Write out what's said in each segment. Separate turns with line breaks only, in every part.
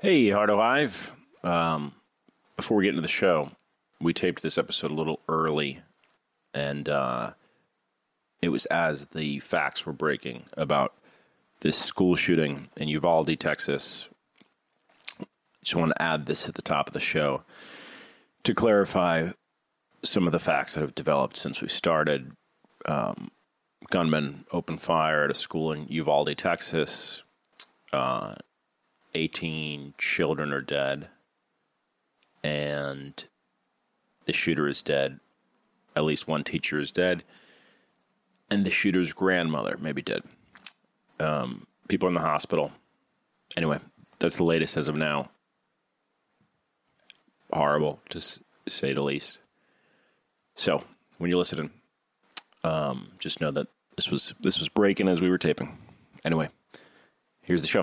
Hey, Heart Alive. Um, before we get into the show, we taped this episode a little early, and uh, it was as the facts were breaking about this school shooting in Uvalde, Texas. Just want to add this at the top of the show to clarify some of the facts that have developed since we started. Um, gunmen opened fire at a school in Uvalde, Texas. Uh, 18 children are dead, and the shooter is dead. At least one teacher is dead, and the shooter's grandmother may be dead. Um, people in the hospital. Anyway, that's the latest as of now. Horrible, to s- say the least. So, when you're listening, um, just know that this was this was breaking as we were taping. Anyway, here's the show.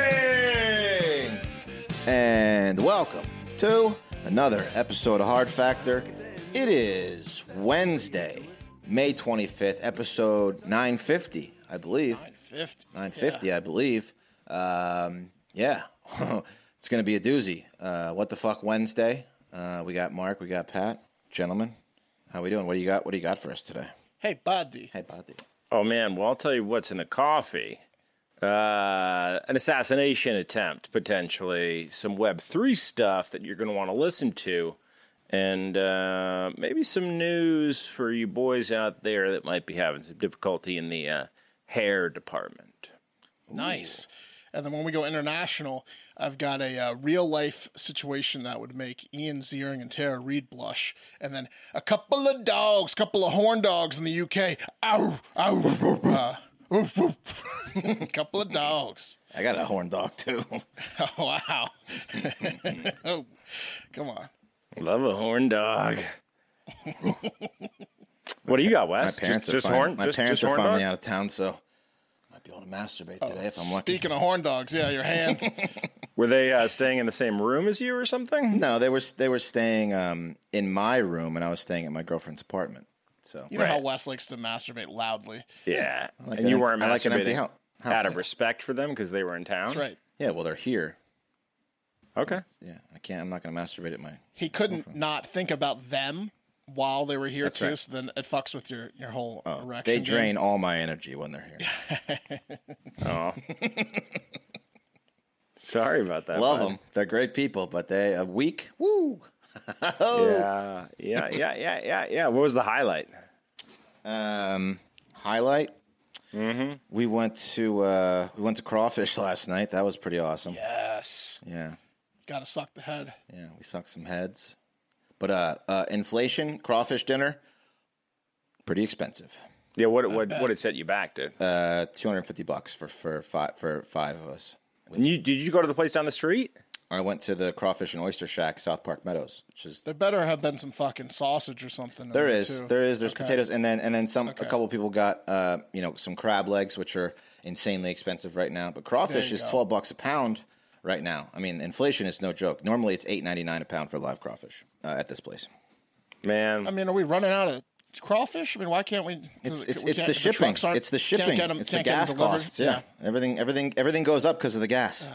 morning! And welcome to another episode of Hard Factor. It is Wednesday, May 25th, episode 950, I believe.
50.
950, I believe. Um, yeah, it's going to be a doozy. Uh, what the fuck Wednesday? Uh, we got Mark, we got Pat. Gentlemen, how we doing? What do you got? What do you got for us today?
Hey, Buddy.
Hey, Bati.
Oh man, well I'll tell you what's in the coffee. Uh, an assassination attempt, potentially some Web three stuff that you're going to want to listen to, and uh, maybe some news for you boys out there that might be having some difficulty in the uh, hair department.
Nice. And then when we go international, I've got a uh, real life situation that would make Ian Ziering and Tara Reid blush. And then a couple of dogs, couple of horn dogs in the UK. Ow, ow, uh, oof, oof. couple of dogs.
I got a horn dog too.
Oh, wow. oh, come on.
Love a horn dog. what do you got,
My
Wes?
parents
just
are
just
finally,
horn.
My
just,
parents
just
are
horn
finally
dog?
out of town, so I might be able to masturbate today if I'm lucky.
Oh, Speaking of horn dogs, yeah, your hand.
Were they uh, staying in the same room as you or something?
No, they were they were staying um, in my room, and I was staying at my girlfriend's apartment. So
You know how
Right.
Wes likes to masturbate loudly.
Yeah,
like
and
an
you
em-
weren't
I like an
masturbating
empty hou- house.
out of respect for them because they were in town.
That's right.
yeah, well, they're here.
Okay.
Yeah, I can't. I'm not going to masturbate at my.
he couldn't not think about them while they were here
That's
too.
right. Oh,
So then it fucks with your your whole erection.
They
game.
drain all my energy when they're here.
Oh. Sorry about that.
Love
bud.
them. They're great people, but they a week. Woo.
Oh.
Yeah, yeah, yeah, yeah, yeah, yeah. What was the highlight?
Um, highlight.
Mm-hmm.
We went to uh, we went to crawfish last night. That was pretty awesome.
Yes,
yeah.
gotta suck the head.
Yeah, we sucked some heads. But uh, uh, inflation, crawfish dinner, pretty expensive.
Yeah, what what what it set you back, dude?
Uh, two hundred fifty bucks for for five for five of us.
And you did you go to the place down the street?
I went to the crawfish and oyster shack, South Park Meadows, which is
There better have been some fucking sausage or something. in
there is
too.
there is there's
Okay.
potatoes and then and then some a
Okay.
couple people got uh you know some crab legs which are insanely expensive right now, but crawfish
you
is
go.
twelve bucks a pound right now. I mean, inflation is no joke. Normally it's eight ninety nine a pound for live crawfish uh, at this place.
Man,
I mean, are we running out of crawfish? I mean, why can't we?
It's
we
it's, it's
can't-
the shipping.
trucks aren't-
it's the
can't
shipping.
get 'em-
it's the
can't get 'em
gas
delivered.
costs. Yeah. everything everything everything goes up because of the gas.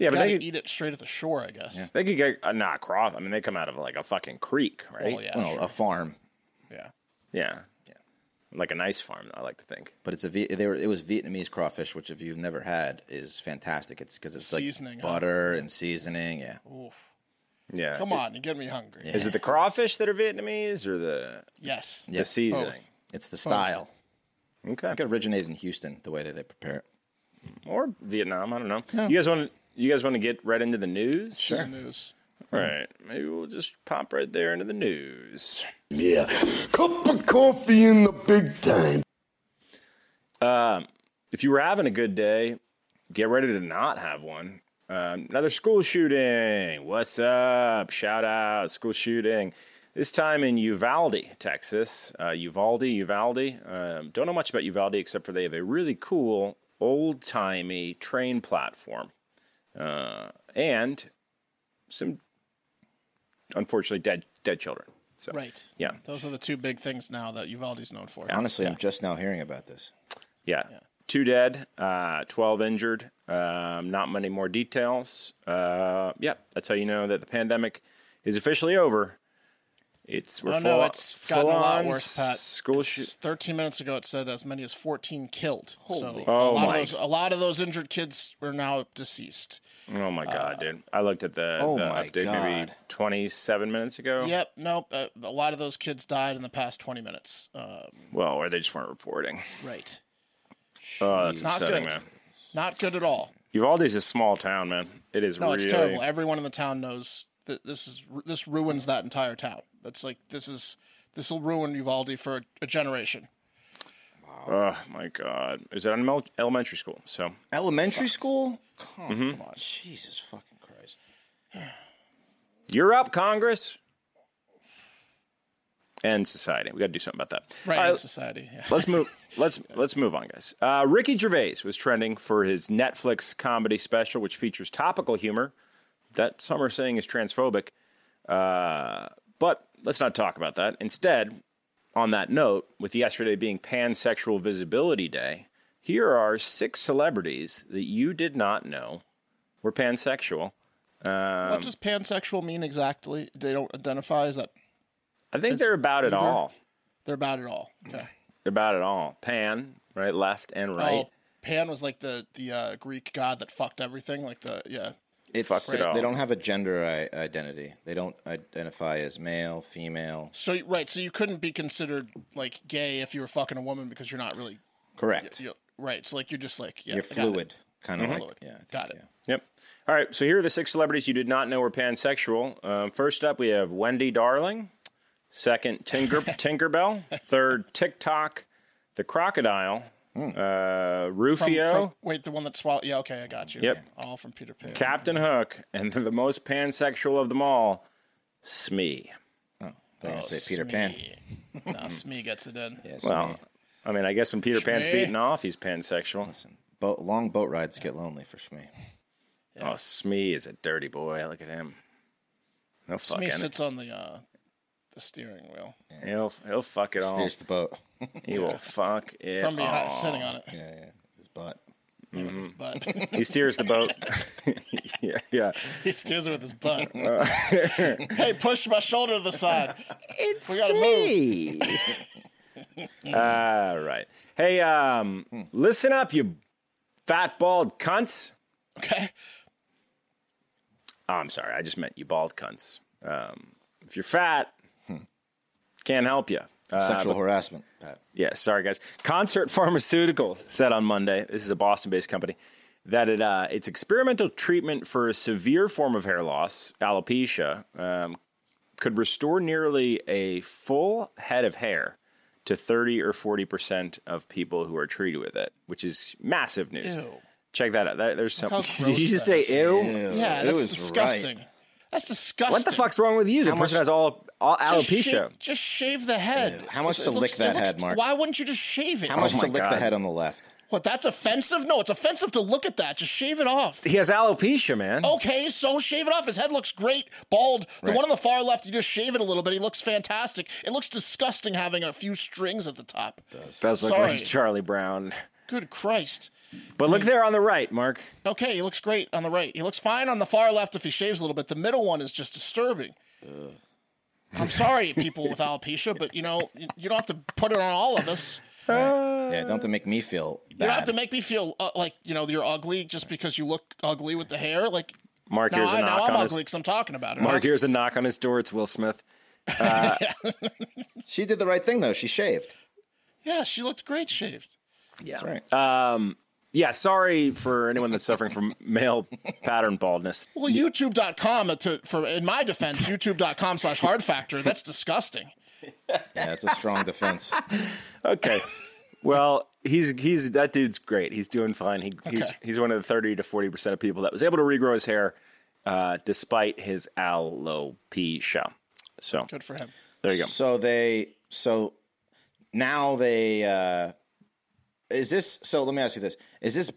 yeah, but
gotta
they could,
eat it straight at the shore, I guess. Oh,
they could get uh, not cross. I mean, they come out of like a fucking creek, right?
Oh yeah,
well, uh,
sure.
a farm,
yeah.
yeah, Like a nice farm, I like to think.
but it's a Vi- they were, it was Vietnamese crawfish, which if you've never had is fantastic. It's because it's like
Seasoning, huh?
butter and seasoning. Yeah,
Yeah.
Come on, you get me hungry.
Is it the crawfish that are Vietnamese or the
Yes.
Yeah,
the seasoning?
it's the style.
Okay.
It originated in Houston the way that they prepare it.
or Vietnam. I don't know. You guys want You guys want to get right into the news?
Sure. News.
All right. Maybe we'll just pop right there into the news.
Yeah. Cup of coffee in the big time.
If you were having a good day, get ready to not have one. Um, another school shooting. What's up? Shout out. School shooting. This time in Uvalde, Texas. Uh, Uvalde, Uvalde. Um, don't know much about Uvalde except for they have a really cool, old timey train platform. Uh, and some, unfortunately, dead dead children. So,
Right.
Yeah.
Those are the two big things now that Uvalde's known for.
Honestly, I'm just now hearing about this.
Yeah. Two dead, uh, 12 injured. Um, not many more details. Uh, yeah, that's how you know that the pandemic is officially over. It's we're
Oh
full,
no, it's
full
gotten a lot
on
worse, Pat.
School
It's
shoot.
13 minutes ago, it said as many as 14 killed. so
Oh
a, lot
my-
of those, a lot of those injured kids are now deceased.
Oh my
uh,
god, dude! I looked at the,
oh
the
my
update maybe
God.
27 minutes ago.
Yep, nope. Uh, a lot of those kids died in the past 20 minutes. Um,
Well, or they just weren't reporting.
right.
Oh, that's
Not
upsetting,
good.
man.
Not good at all.
Uvalde's a small town, man. It is
No,
really
it's terrible. Everyone in the town knows that this is this ruins that entire town. That's like this is this will ruin Uvalde for a, a generation.
Oh my god! Is that an ele- elementary school? So
Elementary school? Come
Mm-hmm.
on. Jesus fucking Christ.
You're up, Congress. And society. We got to do something about that.
Right
All
in
right,
society. Yeah.
let's move. Let's let's move on, guys. Uh, Ricky Gervais was trending for his Netflix comedy special, which features topical humor that some are saying is transphobic. Uh, but let's not talk about that. Instead, on that note, with yesterday being Pansexual Visibility Day, here are six celebrities that you did not know were pansexual. Um,
what does pansexual mean exactly? They don't identify. Is that
I think they're about it
either-
all.
they're about it all? Okay.
about it all. Pan, right, left and right.
Oh, Pan was like the the uh, Greek god that fucked everything. Like the yeah.
It's
Fucked it all.
they don't have a gender I- identity. They don't identify as male, female.
So you- right. So you couldn't be considered like gay if you were fucking a woman because you're not really
Correct.
you're, right. So like you're just like yeah,
You're
I got it.
fluid, kind
Mm-hmm.
of like
Fluid.
yeah. I think,
Got it.
yeah.
Yep. All right. So here are the six celebrities you did not know were pansexual. Um, first up, we have Wendy Darling. Second, Tinker Tinkerbell. Third, TikTok, the crocodile, uh,
From-
Rufio,
Hmm. from- wait, the one that swallowed. Yeah. Okay, I got you.
Yep.
All from Peter Pan.
Captain Hook, and the most pansexual of them all, Smee.
They're gonna
Oh,
say Peter Pan.
Smee. nah, Smee gets it in.
Yes,
Well, I mean, I guess when Peter Pan's
Smee.
beating off, he's pansexual.
boat, long boat rides get lonely for Shmi.
Oh, Smee is a dirty boy. Look at him. He'll fuck
Smee
it.
sits on the uh, the steering wheel
He'll he'll fuck it all.
Steers the boat. yeah,
He will fuck it.
from behind,
all.
sitting on it.
yeah, his butt.
with his butt.
He steers the boat. yeah, yeah.
he steers it with his butt. hey, push my shoulder to the side.
It's
gotta move.
All right. Hey, um, listen up, you fat bald cunts.
Okay.
Oh, I'm sorry, I just meant you bald cunts. Um, if you're fat, hmm, can't help you.
Sexual harassment. Uh, Pat.
Yeah, sorry guys. Concert Pharmaceuticals said on Monday, this is a Boston-based company, that it uh, its experimental treatment for a severe form of hair loss, alopecia, um, could restore nearly a full head of hair to 30 or 40 percent of people who are treated with it, which is massive news.
Ew.
Check that out. That, there's something.
how gross
Did you just
that
say ew?
Yeah,
it
that's
was
disgusting.
right.
That's disgusting.
What the fuck's wrong with you? The person has all all
Just
alopecia.
shave- just shave the head.
How much
It-
to
it
lick
looks-
that
it looks-
head, Mark?
Why wouldn't you just shave it?
How much
my
to lick
God.
the head on the left?
What? That's offensive. No, it's offensive to look at that. Just shave it off.
He has alopecia, man.
Okay, so shave it off. His head looks great, bald. The
Right.
one on the far left, you just shave it a little bit. He looks fantastic. It looks disgusting having a few strings at the top.
Does look
sorry.
like Charlie Brown.
Good Christ.
But look there on the right, Mark.
Okay, he looks great on the right. He looks fine on the far left if he shaves a little bit. The middle one is just disturbing. I'm sorry, people with alopecia, but you know, you you don't have to put it on all of us.
yeah, don't have to make me feel bad.
Uh, You don't have to make me feel uh, like, you know, you're ugly just because you look ugly with the hair. Like,
Mark,
now,
here's
I,
a
now
knock
I'm
on his.
ugly because I'm talking about it.
Mark,
huh?
here's a knock on his door. It's Will Smith.
she did the right thing though. She shaved.
Yeah, she looked great shaved.
Yeah,
Uh, That's right.
Um, Yeah, sorry for anyone that's suffering from male pattern baldness.
Well, YouTube.com, to, for, in my defense, YouTube.com slash hard factor, that's disgusting.
Yeah, that's a strong defense.
Okay. Well, he's he's that dude's great. He's doing fine. He he's
Okay.
he's one of the 30 to 40% of people that was able to regrow his hair uh, despite his alopecia. So,
Good for him.
there you go.
So they so now they uh is this so let me ask you this. Is this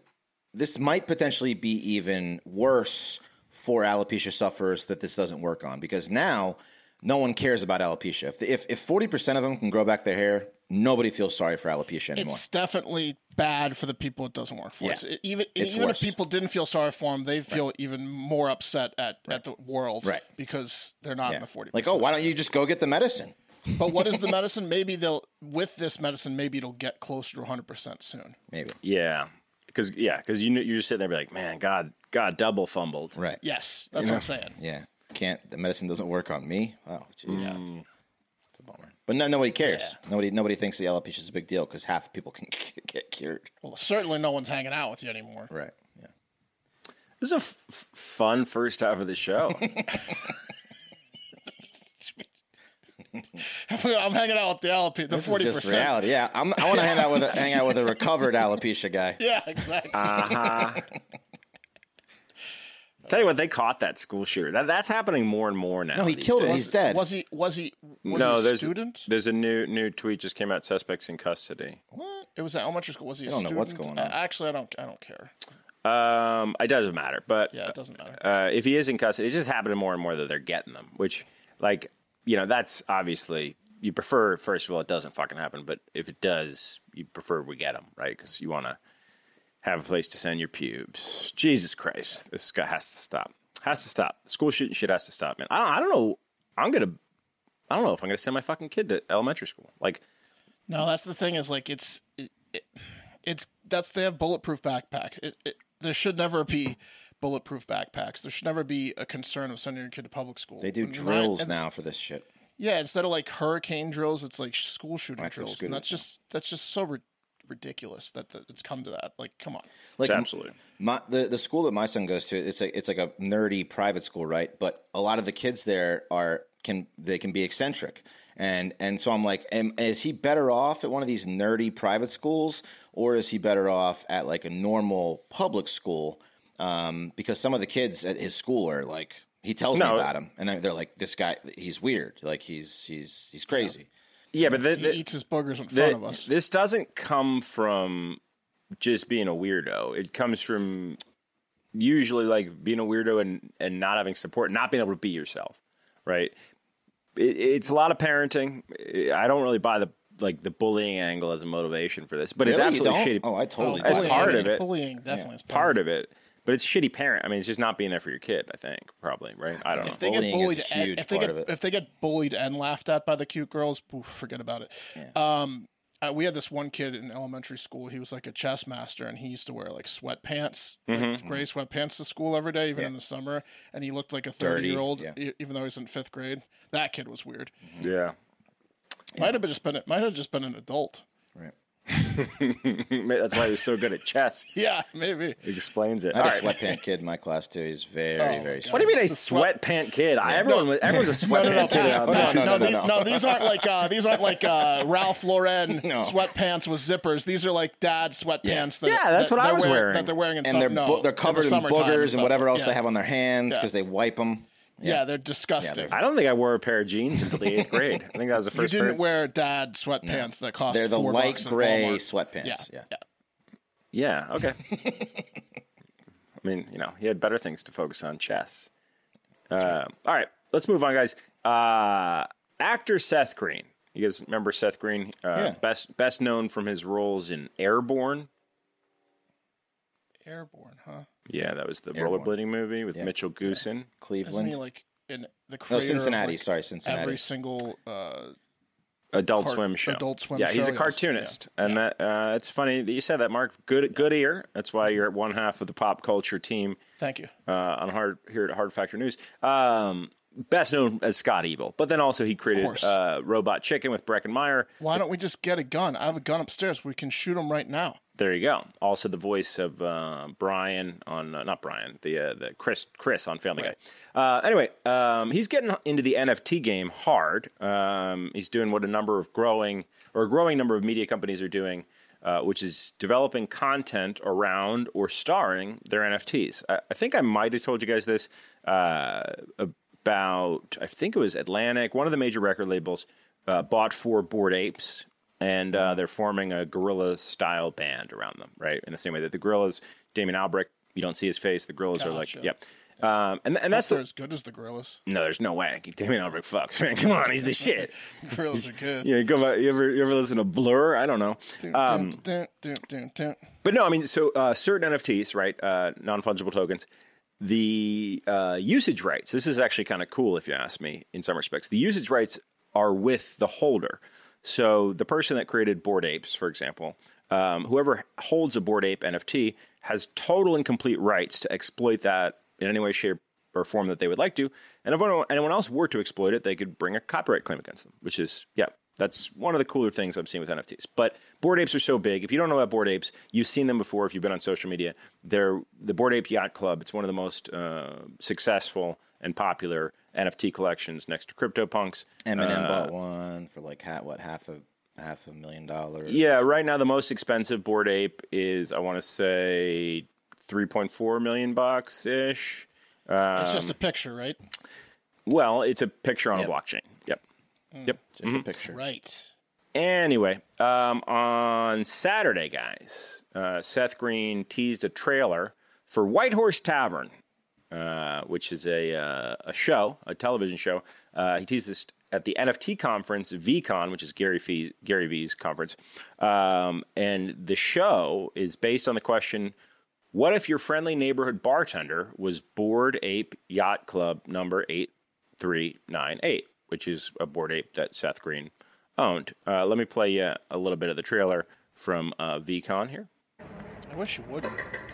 this might potentially be even worse for alopecia sufferers that this doesn't work on because now no one cares about alopecia. If if if 40% of them can grow back their hair, nobody feels sorry for alopecia anymore.
It's definitely bad for the people it doesn't work for.
Yeah.
It's, it- even e,
It's
even
worse.
if people didn't feel sorry for him, they feel even more upset at, at the world
Right.
because they're not in the 40%.
like, "Oh, why don't you just go get the medicine?"
But what is the medicine? Maybe they'll, with this medicine, maybe it'll get closer to 100% soon.
Maybe.
Yeah. Cuz yeah, cuz you kn- you're just sitting there be like, "Man, god, god double fumbled."
Right.
Yes, that's what I'm saying.
Yeah. Can't the medicine doesn't work on me? Oh, jeez. It's a bummer. But no, nobody cares. Nobody nobody thinks the alopecia is a big deal because half of people can get cured.
Well, certainly no one's hanging out with you anymore.
Right. Yeah.
This is a f- f- fun first half of the show.
I'm hanging out with the LP, the
This is
forty
just
percent.
reality. Yeah. I'm, I want to hang out with a, hang out with a recovered alopecia guy.
Yeah, exactly.
Uh,
Tell you what, they caught that school shooter. That, that's happening more and more now.
No, he
these
killed him.
days.
He's dead.
was he? Was he? Was
no,
he a
there's
student?
there's a new new tweet just came out. Suspects in custody.
What? It was at elementary school. Was he? I
don't know what's going on.
actually, I don't. I don't care.
Um, it doesn't matter, but
Yeah, it doesn't matter.
uh, if he is in custody, it's just happening more and more that they're getting them. Which, like, you know, that's obviously you prefer. First of all, it doesn't fucking happen, but if it does, you prefer we get them, right? Because you want to have a place to send your pubes. Jesus Christ, this guy has to stop. Has to stop. School shooting shit has to stop, man. I don't, I don't know. I'm gonna. I don't know if I'm gonna send my fucking kid to elementary school. Like,
no, that's the thing. Is like it's, it, it- it's that's they have bulletproof backpacks. It, it, there should never be bulletproof backpacks. There should never be a concern of sending your kid to public school.
They do
And right-
drills
and-
now for this shit.
Yeah, instead of like hurricane drills, it's like school shooting
Active
drills,
shooting.
and that's just that's just so ri- ridiculous that, that it's come to that. Like, come on.
Like
it's absolutely.
My the, the school that my son goes to, it's like it's like a nerdy private school, right? But a lot of the kids there are can they can be eccentric, and and so I'm like, am, is he better off at one of these nerdy private schools, or is he better off at like a normal public school? Um, because some of the kids at his school are like, he tells
No.
me about him, and they're, they're like, this guy, he's weird, like he's he's he's crazy.
Yeah, but the,
He
the-
eats his boogers in front
the-
of us.
this doesn't come from just being a weirdo. It comes from usually like being a weirdo and and not having support, not being able to be yourself, right? It, it's a lot of parenting. I don't really buy the like the bullying angle as a motivation for this, but it's
Really? You
absolutely shitty
don't? Oh, I totally.
As
do.
bullying,
part of it.
Bullying definitely is
part of it. But it's shitty parent. I mean, it's just not being there for your kid. I think probably right. I don't know.
If they get
Bullying is a
bullied, and-
huge
if they
part
get
of it.
if they get bullied and laughed at by the cute girls, poof, forget about it. Um, uh, we had this one kid in elementary school. He was like a chess master, and he used to wear like sweatpants, like gray sweatpants to school every day, even in the summer. And he looked like a
Dirty,
thirty-year-old, e,
yeah.
even though he's in fifth grade. That kid was weird.
Yeah,
Mm-hmm.
Might have been just been might have just been an adult.
Right.
that's why he was so good at chess.
Yeah, maybe.
It explains it.
I
All
had a
right.
sweatpant kid in my class too. He's very
my
very.
God.
What do you mean a sweat pant kid? I, everyone, was, everyone's a sweat
No, no,
pant kid.
Pat,
around
no,
there.
Pat, no,
no, no,
the-
no.
no, these aren't like uh, these aren't like uh, Ralph Lauren
No.
sweatpants with zippers. These are like dad sweatpants.
Yeah.
that,
Yeah, that's
that
what I
they're
was wearing.
That they're wearing in
and
sum-
they're
no,
bo- they're
the
covered in
summertime and
boogers and
stuff.
whatever else
yeah.
they have on their hands because they wipe them.
Yeah, they're disgusting.
Yeah,
I don't think I wore a pair of jeans until the eighth grade. I think that was the
you
first. pair.
didn't wear dad sweatpants that cost.
They're the
four
light
bucks at
gray
Walmart.
sweatpants.
Yeah,
Yeah.
Yeah.
yeah.
Okay. I mean, you know, he had better things to focus on chess. Uh, all right, let's move on, guys. Uh, actor Seth Green. You guys remember Seth Green? Uh,
Yeah.
Best best known from his roles in Airborne.
Airborne, huh?
Yeah, that was the
Airborne.
rollerblading movie with Mitchell Goosen.
Isn't he
Cleveland.
like in
No,
the creator of,
Cincinnati.
like,
sorry, Cincinnati.
Every single uh,
Adult
Cart-
Swim show.
Adult Swim
Yeah, he's
show,
a
yes.
cartoonist, and that uh, it's funny that you said that, Mark. Good, good ear. That's why you're at one half of the pop culture team
thank you.
uh, on hard here at Hard Factor News. Um, best known as Scott Evil, but then also he created
course.
uh, Robot Chicken with Breckin Meyer.
Why don't we just get a gun? I have a gun upstairs. We can shoot him right now.
There you go. Also, the voice of uh, Brian on uh, not Brian, the uh, the Chris Chris on Family Guy. Uh, anyway, um, he's getting into the NFT game hard. Um, he's doing what a number of growing or a growing number of media companies are doing, uh, which is developing content around or starring their NFTs. I, I think I might have told you guys this uh, about I think it was Atlantic, one of the major record labels, uh, bought four Bored Apes, and uh, they're forming a gorilla style band around them, right? In the same way that the gorillas, Damien Albrecht, you don't see his face. The gorillas are like,
Gotcha.
yep. Um, and and that's
They're
the,
as good as the gorillas.
no, there's no way. Damien Albrecht fucks, man. Come on, he's the shit.
Gorillas are good.
Yeah, go back. You ever you ever listen to Blur? I don't know.
Dun, dun, dun, dun, dun.
But no, I mean, so uh, certain NFTs, right, uh, non fungible tokens, the uh, usage rights. This is actually kind of cool, if you ask me. In some respects, the usage rights are with the holder. So the person that created Board Apes, for example, um, whoever holds a Board Ape NFT has total and complete rights to exploit that in any way, shape, or form that they would like to. And if anyone- anyone else were to exploit it, they could bring a copyright claim against them, which is, yeah, that's one of the cooler things I've seen with NFTs. But board apes are so big. If you don't know about board apes, you've seen them before. If you've been on social media, they're the Board Ape Yacht Club. It's one of the most uh, successful and popular NFT collections next to CryptoPunks. Uh,
Eminem bought one for like ha what half a half a million dollars.
Yeah, right now the most expensive board ape is I want to say 3.4 million bucks ish.
It's just a picture, right?
Well, it's a picture on a blockchain. Yep. Yep.
just a picture.
Right.
Anyway, um, on Saturday, guys, uh, Seth Green teased a trailer for White Horse Tavern, uh, which is a uh, a show, a television show. Uh, he teased this at the NFT conference, VCon, which is Gary Fee, Gary V's conference, um, and the show is based on the question. What if your friendly neighborhood bartender was Bored Ape Yacht Club number 8398, which is a Bored Ape that Seth Green owned? Uh, let me play you a little bit of the trailer from uh, VCon here.
I wish you wouldn't.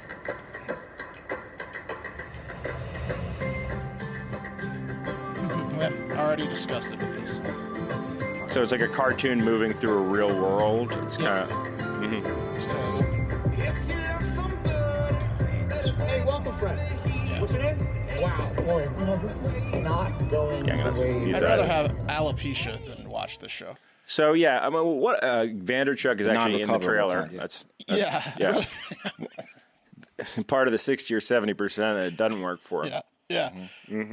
Yeah, already discussed it with this.
So it's like a cartoon moving through a real world. It's kind of.
It's terrible.
Hey, welcome, Fred. What's your name?
Wow, boy, you know, this is not going
I'm gonna
the way
have
I'd
to
rather have alopecia than watch this show.
So yeah, I mean, what uh, Vanderchuck is actually in the
Non-recoverable
trailer.
kind, yeah.
That's,
Yeah.
that's- yeah. Part of the sixty or seventy percent that doesn't work for him.
Yeah. Yeah.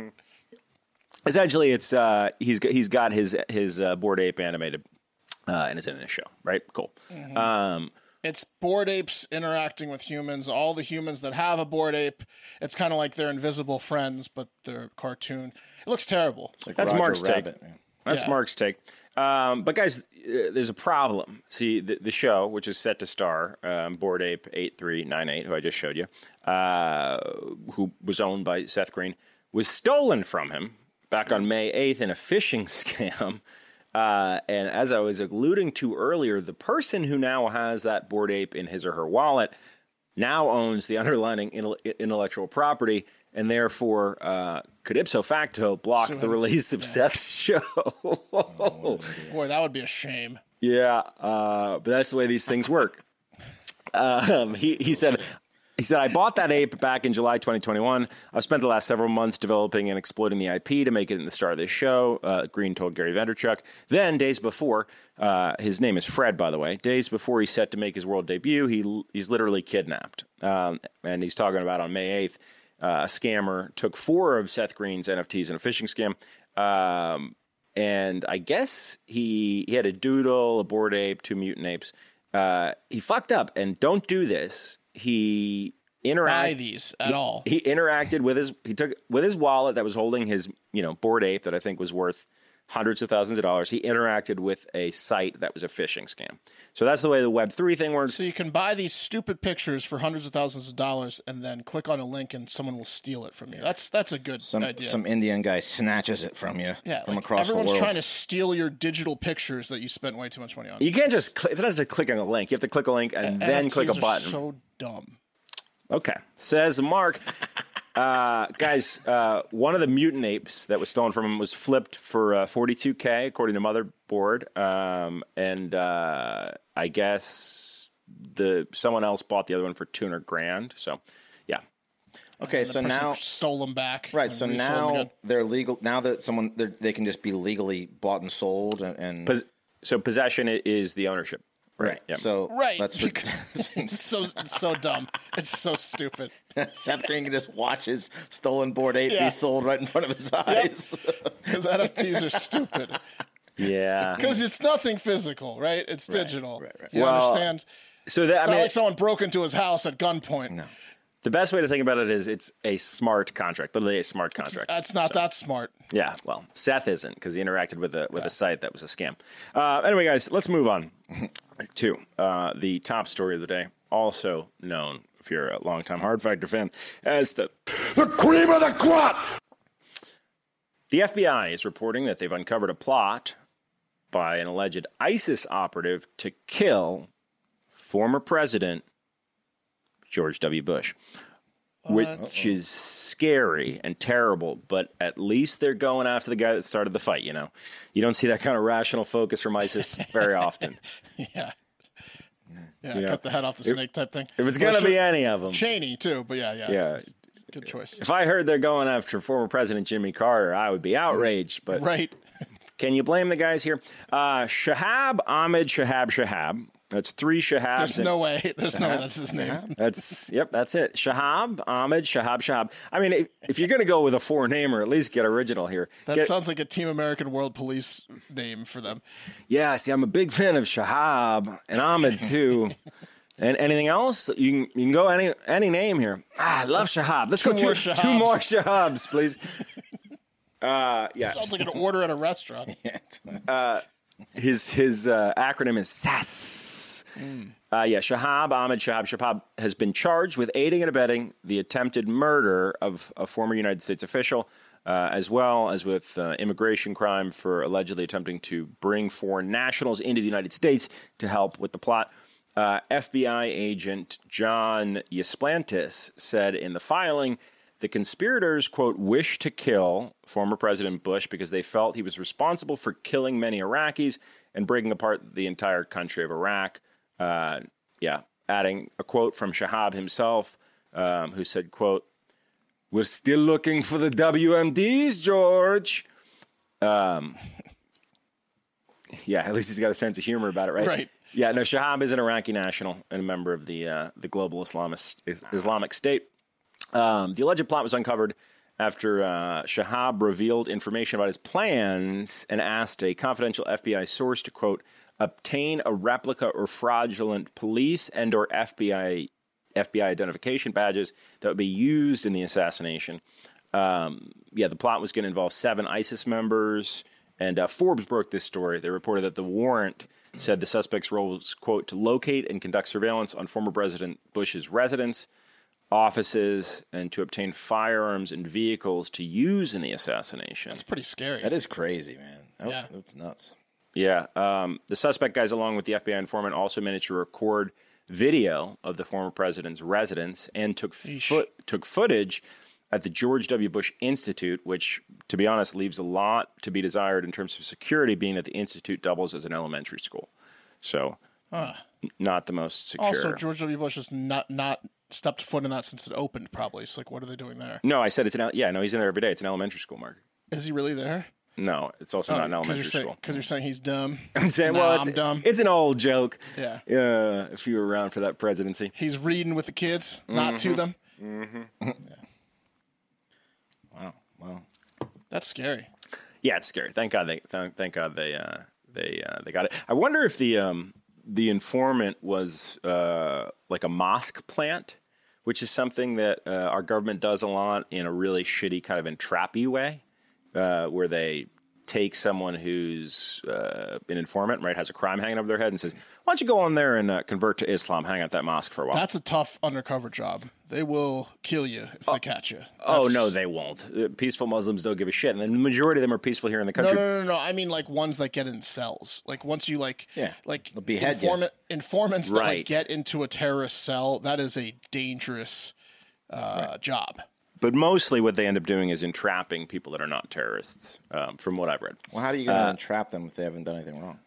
essentially it's uh he's got, he's got his his uh, board ape animated uh and is in this show right cool um
It's bored apes interacting with humans. All the humans that have a bored ape, it's kind of like they're invisible friends, but they're cartoon. It looks terrible.
Like
That's
Roger
Mark's take.
Rabbit, man.
that's
Yeah.
mark's take um but guys uh, there's a problem see the, the show which is set to star um, board ape 8398 who i just showed you uh who was owned by seth green was stolen from him back on may 8th in a phishing scam Uh, and as I was alluding to earlier, the person who now has that board ape in his or her wallet now owns the underlying intel- intellectual property and therefore uh, could ipso facto block the release of Seth's show.
Boy, that would be a shame.
yeah, uh, but that's the way these things work. Um, he, he said, he said, I bought that ape back in July 2021. I've spent the last several months developing and exploiting the IP to make it the star of this show. Uh, Green told Gary Vanderchuk. Then, days before, uh, his name is Fred, by the way. Days before he's set to make his world debut, he he's literally kidnapped. Um, and he's talking about on May 8th, uh, a scammer took four of Seth Green's NFTs in a phishing scam. Um, and I guess he he had a doodle, a bored ape, two mutant apes. Uh, he fucked up, and don't do this. He
Buy
interacted.
these at all.
He interacted with his he took with his wallet that was holding his you know board ape that I think was worth hundreds of thousands of dollars. He interacted with a site that was a phishing scam. So that's the way the Web three thing works.
So you can buy these stupid pictures for hundreds of thousands of dollars, and then click on a link, and someone will steal it from you. That's that's a good
Some
idea.
some Indian guy snatches it from you
yeah,
from
like
across the
everyone's
world.
trying to steal your digital pictures that you spent way too much money on.
You can't just click, it's not just clicking a link. You have to click a link and then
NFTs
click a
are
button.
So dumb.
Okay. Says Mark. Uh, guys, uh, one of the mutant apes that was stolen from him was flipped for uh, 42K, according to Motherboard. Um, and uh, I guess the someone else bought the other one for two hundred grand. So, yeah,
Okay, so
Person
now
stole them back.
right,
and
so
resold 'em
now
again.
they're legal. Now that someone they're- they can just be legally bought and sold, and, and
Pos- so possession i- is the ownership.
right.
yeah.
So
Right,
That's re-
It's so it's so dumb. It's so stupid.
Seth Green can just watch his stolen board eight
Yeah.
be sold right in front of his eyes.
Because NFTs are stupid.
Yeah.
Because it's nothing physical, right? It's digital. Right, right. You
Well,
understand? It's
So that I
not
mean,
like someone broke into his house at gunpoint. No.
the best way to think about it is it's a smart contract, literally a smart contract.
That's not that smart.
Yeah, well, Seth isn't because he interacted with a with a site that was a scam. Uh, anyway, guys, let's move on to uh, the top story of the day, also known if you're a longtime Hard Factor fan as the
The cream of the crop!
the FBI is reporting that they've uncovered a plot by an alleged ISIS operative to kill former President George W. Bush, which is scary and terrible. But at least they're going after the guy that started the fight. You know, you don't see that kind of rational focus from ISIS very often.
Yeah. Yeah, cut the head off the snake type thing.
If it's gonna
Well,
be
sure,
any of them,
Cheney too, but yeah, yeah.
yeah.
Good choice.
If I heard they're going after former President Jimmy Carter, I would be outraged. But
Right.
Can you blame the guys here? Uh, Shahab Ahmed Shahab Shahab. That's three Shahabs.
There's
in-
no way. There's
Uh-huh.
no way that's his name.
That's yep. That's it. Shahab Ahmed Shahab Shahab. I mean, if, if you're gonna go with a four name, or at least get original here.
That
Get-
sounds like a Team American World Police name for them.
yeah. See, I'm a big fan of Shahab and Ahmed too. and anything else? You can you can go any any name here. Ah, I love Shahab. Let's go
more
two, two
Shahabs.
more Shahabs, please. Uh, yeah.
Sounds like an order at a restaurant.
his his uh, acronym is SAS. Uh, yeah, Shahab Ahmed Shahab Shahab has been charged with aiding and abetting the attempted murder of a former United States official, uh, as well as with uh, immigration crime for allegedly attempting to bring foreign nationals into the United States to help with the plot. Uh, FBI agent John Yasplantis said in the filing the conspirators, quote, wish to kill former President Bush because they felt he was responsible for killing many Iraqis and breaking apart the entire country of Iraq. Uh, yeah, adding a quote from Shahab himself, um, who said, quote, we're still looking for the WMDs, George. Um, yeah, at least he's got a sense of humor about it, right?
Right.
Yeah, no, Shahab is an Iraqi national and a member of the uh, the global Islamist Islamic State. Um, the alleged plot was uncovered after uh, Shahab revealed information about his plans and asked a confidential FBI source to quote obtain a replica or fraudulent police and or FBI FBI identification badges that would be used in the assassination. Um, yeah, the plot was going to involve seven ISIS members, and uh, Forbes broke this story. They reported that the warrant said the suspect's role was quote to locate and conduct surveillance on former President Bush's residence offices and to obtain firearms and vehicles to use in the assassination.
It's pretty scary.
that is crazy, man. Oh,
Yeah.
that's nuts.
Yeah. Um, the suspect guys, along with the FBI informant, also managed to record video of the former president's residence and took foot, took footage at the George W. Bush Institute, which, to be honest, leaves a lot to be desired in terms of security, being that the institute doubles as an elementary school. So, n- not the most secure.
Also, George W. Bush has not not stepped foot in that since it opened. Probably. It's like, what are they doing there?
no, I said it's an el- yeah. No, he's in there every day. It's an elementary school, Mark.
Is he really there?
No, it's also not an
Because
elementary
you're, saying-
school.
Oh, 'cause you're saying he's dumb.
I'm saying,
Nah,
well, it's,
I'm dumb.
it's an old joke.
Yeah.
Uh, if you were around for that presidency.
He's reading with the kids, not
Mm-hmm.
to them.
Wow. Well,
That's scary.
Yeah, it's scary. Thank God they thank, thank God they uh, they uh, they got it. I wonder if the um, the informant was uh, like a mosque plant, which is something that uh, our government does a lot in a really shitty kind of entrappy way, uh, where they take someone who's uh, an informant, right, has a crime hanging over their head, and says, "Why don't you go on there and uh, convert to Islam, hang out at that mosque for a while?"
That's a tough undercover job. They will kill you if they catch you.
Oh no, they won't. Uh, Peaceful Muslims don't give a shit, and the majority of them are peaceful here in the
No,
country.
no, no, no. I mean, like ones that get in cells. Like once you like,
Yeah,
like
they'll behead you.
informa- informants that
Right.
like get into a terrorist cell. That is a dangerous uh, job.
But mostly, what they end up doing is entrapping people that are not terrorists, um, from what I've read.
Uh, well, how are you going to entrap them if they haven't done anything wrong?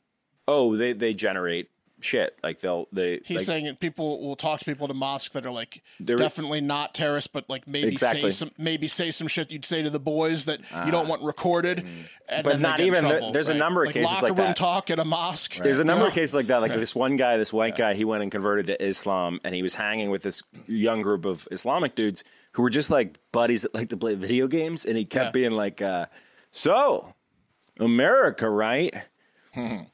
Oh, they they generate shit. Like they'll they
He's
like,
saying that people will talk to people at a mosque that are like
There-
definitely not terrorists, but like maybe say
Exactly. Ah.
some maybe say some shit you'd say to the boys that you don't want recorded. And
Mm. But
then they
not
get in
even- there-
trouble,
there's a
right?
number of
like
cases
locker
like
room
that.
talk at a mosque.
There's a number
Yeah.
of cases like that. Like this one guy, this white guy, he went and converted to Islam, and he was hanging with this young group of Islamic dudes who were just like buddies that like to play video games, and he kept
Yeah.
being like, uh, "So, America, right?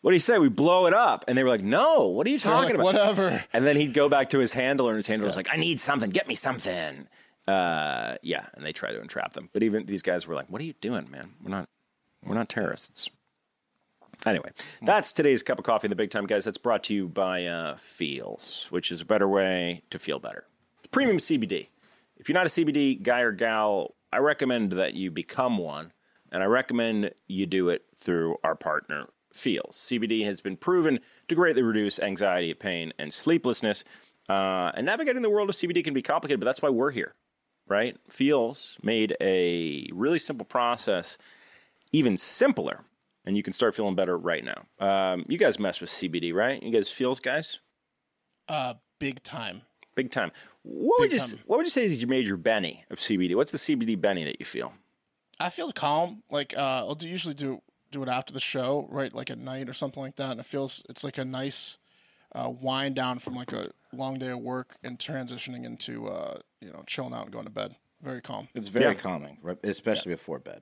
What do you say we blow it up?" And they were like, "No, what are you
Hmm. They're
talking
like,
about?"
whatever.
And then he'd go back to his handler, and his handler was like, "I need something. Get me something." Uh, yeah, and they tried to entrap them, but even these guys were like, "What are you doing, man? We're not, we're not terrorists." Anyway,
Hmm.
that's today's cup of coffee in the big time, guys. That's brought to you by uh, Feels, which is a better way to feel better. Premium CBD. If you're not a CBD guy or gal, I recommend that you become one, and I recommend you do it through our partner, Feels. CBD has been proven to greatly reduce anxiety, pain, and sleeplessness. Uh, and navigating the world of CBD can be complicated, but that's why we're here, right? Feels made a really simple process even simpler, and you can start feeling better right now. Um, you guys mess with CBD, right? You guys feels guys,
Uh, big time.
big time. What would
Big
you s-
time.
What would you say is your major Benny of CBD? What's the CBD Benny that you feel?
I feel calm. Like uh, I'll do, usually do do it after the show, right? Like at night or something like that. And it feels it's like a nice uh, wind down from like a long day of work and transitioning into uh, you know chilling out and going to bed. Very calm.
It's
Yeah.
very calming, re- especially before bed.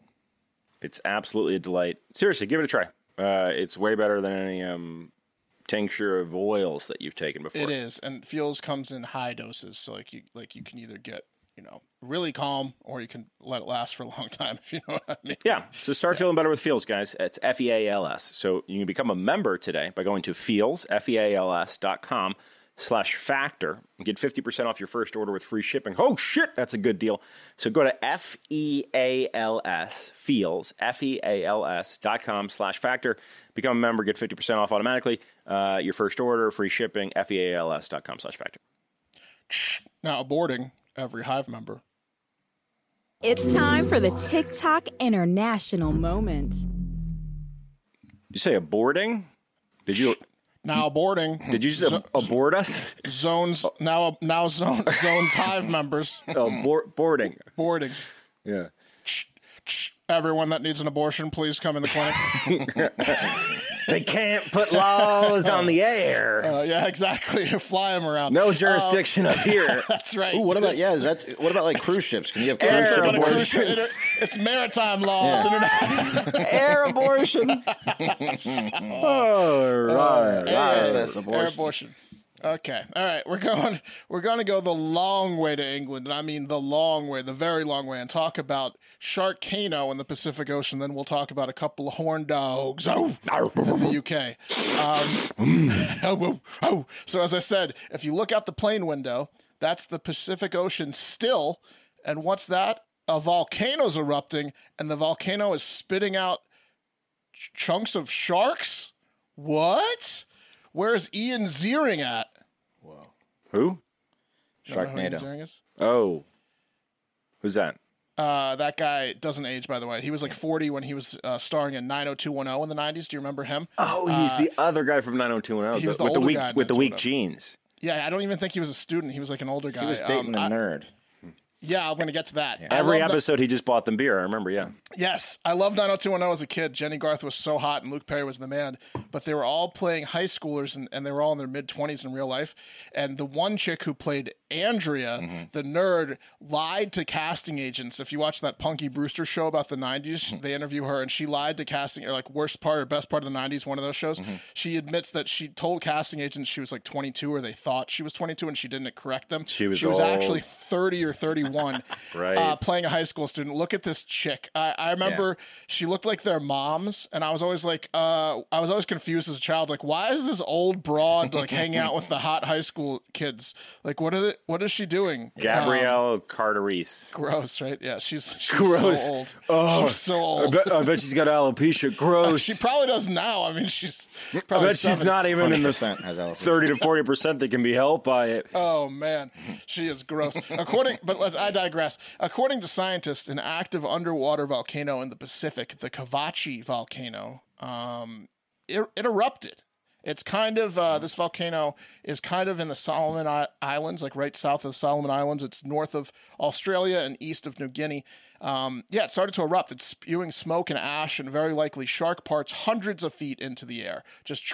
It's absolutely a delight. Seriously, give it a try. Uh, it's way better than any um, tincture of oils that you've taken before.
It is, and feels comes in high doses. So like you like you can either get you know really calm or you can let it last for a long time if you know what I mean.
Yeah. So start feeling better with Feels, guys. It's F E A L S. So you can become a member today by going to Feels, F E A L S dot com slash factor and get 50% off your first order with free shipping. Oh, shit. That's a good deal. So go to F E A L S, Feels, F E A L S dot com slash factor. Become a member, get 50% off automatically. Uh, your first order, free shipping, F E A L S dot com slash factor.
Now aborting every hive member.
It's time for the TikTok International Moment.
Did you say aborting? Did you
Now aborting
did you just ab- abort us?
zones now now zone zones hive members
Abort, boarding.
boarding.
Yeah.
Everyone that needs an abortion, please come in the clinic.
They can't put laws on the air.
Uh, yeah, exactly. Fly them around.
No jurisdiction up here.
That's right.
Ooh, what about yeah? Is that what about like cruise ships? Can you have cruise
Air
ship
But a
abortion.
abortions?
cruise- it- it's maritime laws.
air abortion. All
Uh.
right.
Process
Air
abortion.
abortion. Okay. All right. We're going. We're going to go the long way to England, and I mean the long way, the very long way, and talk about Sharkano in the Pacific Ocean. Then we'll talk about a couple of horn dogs oh, in the UK. Um, oh, oh, oh. So as I said, if you look out the plane window, that's the Pacific Ocean still. And what's that? A volcano's erupting, and the volcano is spitting out ch- chunks of sharks. What? Where's Ian Ziering at?
Who?
Don't know who Ian
Sharknado.
Ziering is.
Oh. Who's that?
Uh, that guy doesn't age, by the way. He was like 40 when he was uh, starring in 90210 in the 90s. Do you remember him?
Oh, he's the other guy from 90210
Uh, he was
the-
the
with the
older
weak
guy in
with the weak
90210.
jeans.
Yeah, I don't even think he was a student. He was like an older guy.
He was dating
Um,
the
I-
nerd.
yeah, I'm going to get to that. I
Every
love the-
episode he just bought them beer, I remember, yeah.
Yes, I loved 90210 as a kid. Jenny Garth was so hot and Luke Perry was the man, but they were all playing high schoolers and, and they were all in their mid 20s in real life. And the one chick who played Andrea,
Mm-hmm.
the nerd, lied to casting agents. If you watch that Punky Brewster show about the 90s,
Mm-hmm.
they interview her and she lied to casting, or like worst part or best part of the 90s, one of those shows.
Mm-hmm.
She admits that she told casting agents she was like 22 or they thought she was 22 and she didn't correct them.
She was
she was
old.
actually 30 or 31.
Right.
Uh, playing a high school student. Look at this chick. I, I remember she looked like their moms, and I was always like, uh, I was always confused as a child. Like, why is this old broad like hanging out with the hot high school kids? Like, what are the, what is she doing? Um,
Gabrielle Carteris.
Gross, right? Yeah, she's, she's
Gross.
so old.
Oh,
she's so old.
I bet she's got alopecia. Gross.
She probably does now. I mean, she's
I
probably
bet she's
70.
not even in the
100% has alopecia.
30 to 40% that can be helped by it.
Oh man, she is gross. According, but let's, I digress. According to scientists, an active underwater volcano in the Pacific, the Kavachi volcano, um, it, it er, erupted, It's kind of uh, this volcano is kind of in the Solomon I- Islands, like right south of the Solomon Islands. It's north of Australia and east of New Guinea. Um, yeah, it started to erupt. It's spewing smoke and ash and very likely shark parts hundreds of feet into the air. Just,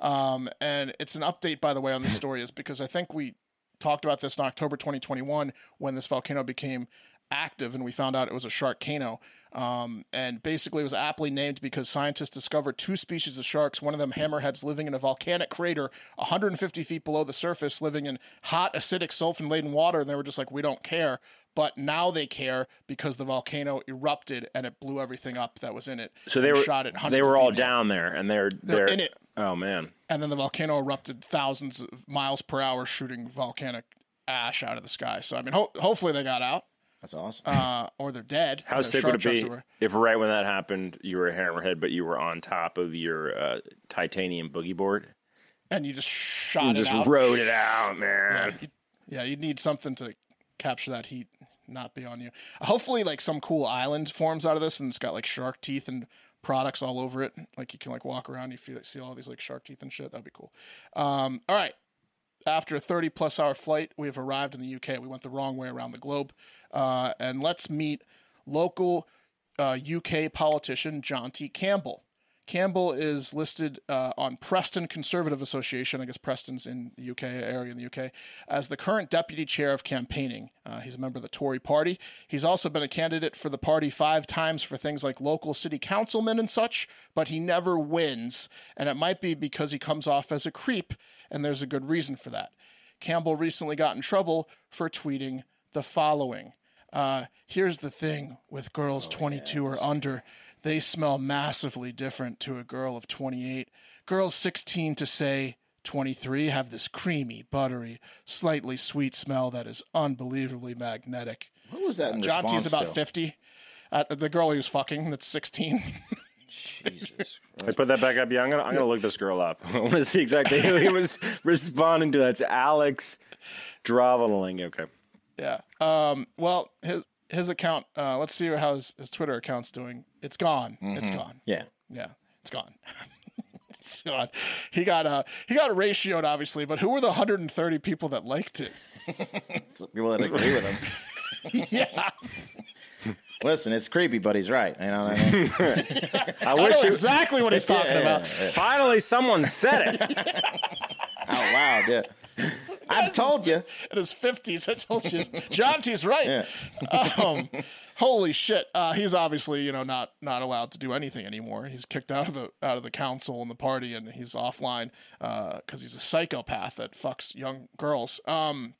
um, and it's an update by the way on this story is because I think we talked about this in October 2021 when this volcano became active and we found out it was a sharkcano. Um, and basically, it was aptly named because scientists discovered two species of sharks, one of them hammerheads living in a volcanic crater 150 feet below the surface, living in hot, acidic, sulfur laden water. And they were just like, we don't care. But now they care because the volcano erupted and it blew everything up that was in it.
So they
and
were
shot it hundreds
they
of
were all
feet.
down there, and they're they're,
in it.
Oh man,
And then the volcano erupted thousands of miles per hour, shooting volcanic ash out of the sky. So, I mean, ho- hopefully they got out
That's awesome.
uh, or they're dead.
how
They're
sick
shark
would it
sharks
be
or-
if right when that happened you were a hammerhead, but you were on top of your uh, titanium boogie board
And you just shot
and
it
just
out.
rode it out, man?
Yeah, you'd need something to capture that heat, not be on you. Hopefully, like some cool island forms out of this, and it's got like shark teeth and products all over it. Like you can like walk around, you feel see all these like shark teeth and shit. That'd be cool. Um, all right. After a 30 plus hour flight, we have arrived in the UK. We went the wrong way around the globe. Uh, and let's meet local uh, UK politician John T. Campbell. Campbell is listed uh, on Preston Conservative Association. I guess Preston's in the UK area in the UK as the current deputy chair of campaigning. Uh, he's a member of the Tory Party. He's also been a candidate for the party five times for things like local city councilmen and such, but he never wins. And it might be because he comes off as a creep, and there's a good reason for that. Campbell recently got in trouble for tweeting the following uh, Here's the thing with girls
Oh,
22 or under, they smell massively different to a girl of 28. Girls 16 to say 23 have this creamy, buttery, slightly sweet smell that is unbelievably magnetic. Uh,
what was that in
John
response
T's about
to?
50. Uh, the girl he was fucking, that's 16.
Jesus.
I put that back up. Yeah, I'm gonna I'm gonna look this girl up. I want to see exactly who he was responding to. That's Alex Draveling. Okay,
Yeah. Um, well, his his account. Uh, let's see how his, his Twitter account's doing. It's gone. It's gone.
yeah.
Yeah. It's gone. it's gone. He got uh he got ratioed obviously, but who were the 130 people that liked it?
So people that agree with him.
yeah.
Listen, it's creepy, but he's right. You know what I mean?
I
I
wish
know
you-
exactly what he's talking about.
finally someone said it.
Out loud, yeah. I've told you.
in his 50s. I told you, John T's right.
Yeah.
Um, holy shit! Uh, he's obviously you know not not allowed to do anything anymore. He's kicked out of the out of the council and the party, and he's offline because he's a psychopath that fucks young girls. Um,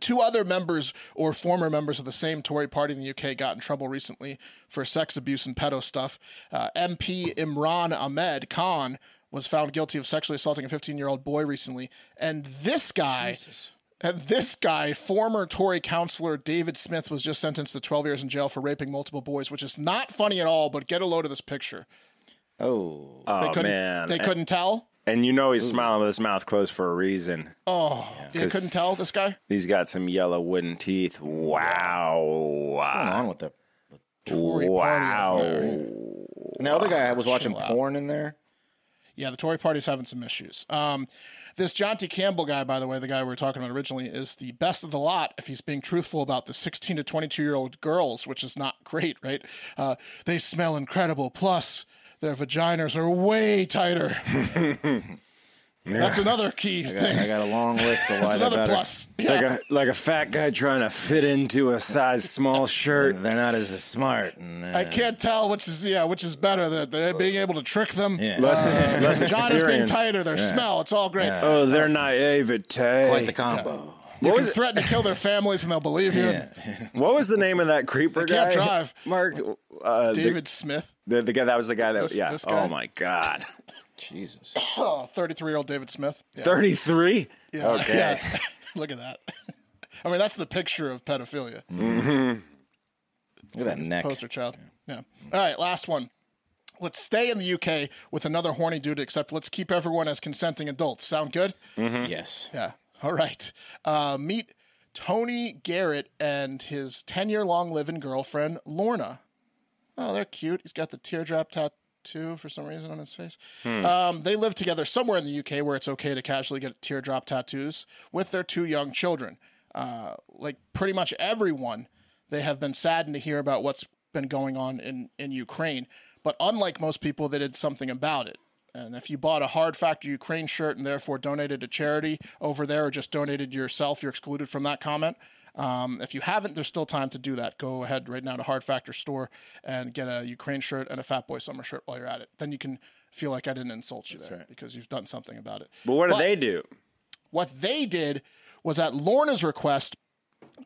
Two other members or former members of the same Tory party in the UK got in trouble recently for sex abuse and pedo stuff. Uh, MP Imran Ahmed Khan was found guilty of sexually assaulting a 15 year old boy recently. And this guy, and this guy, former Tory councillor David Smith, was just sentenced to 12 years in jail for raping multiple boys, which is not funny at all, but get a load of this picture.
Oh,
They
Oh
couldn't,
man,
They couldn't tell.
And you know he's smiling with his mouth closed for a reason.
They couldn't tell this guy.
He's got some yellow wooden teeth.
what's
Wow.
going on with the?
Tory party is
Wow.
hilarious.
And the other guy was watching porn in there.
Yeah, the Tory party's having some issues. Um, this John T. Campbell guy, by the way, the guy we were talking about originally, is the best of the lot if he's being truthful about the 16 to 22 year old girls, which is not great, right? Uh, they smell incredible. Plus, their vaginas are way tighter. That's another key thing.
I got a long list of why
That's
they're
another
better.
plus.
It's like a like a fat guy trying to fit into a size small shirt.
They're not as smart. And, uh,
I can't tell which is yeah, which is better. That they're being able to trick them.
Yeah.
Less, less
John is being
experience.
tighter. Their smell. It's all great.
Oh, they're naivete.
Quite the combo.
what,
You
was
can
it-
threaten to kill their families and they'll believe you.
what was the name of that creeper
They
guy?
can't drive.
Mark. Uh, the,
David Smith.
the, the guy that was the guy that.
This-
yeah.
this guy?
oh my God.
Jesus.
Oh, 33 year old David Smith. Yeah.
Thirty three.
Yeah.
Okay.
Yeah. Look at that. I mean, that's the picture of pedophilia.
Look at that neck.
Poster child. Yeah. All right, last one. Let's stay in the UK with another horny dude, except let's keep everyone as consenting adults. Sound good?
Yes.
Yeah. All right. Uh, meet Tony Garrett and his 10 year long living girlfriend, Lorna. Oh, they're cute. He's got the teardrop tat- too for some reason on his face. Um, they live together somewhere in the UK where it's okay to casually get teardrop tattoos with their two young children. Uh, like pretty much everyone, they have been saddened to hear about what's been going on in, in Ukraine. But unlike most people, they did something about it. And if you bought a Hard Factor Ukraine shirt and therefore donated to charity over there or just donated yourself, you're excluded from that comment. Um, if you haven't, there's still time to do that. Go ahead right now to Hard Factor store and get a Ukraine shirt and a Fat Boy Summer shirt while you're at it. Then you can feel like I didn't insult you there because you've done something about it.
But what do they do?
What they did was at Lorna's request,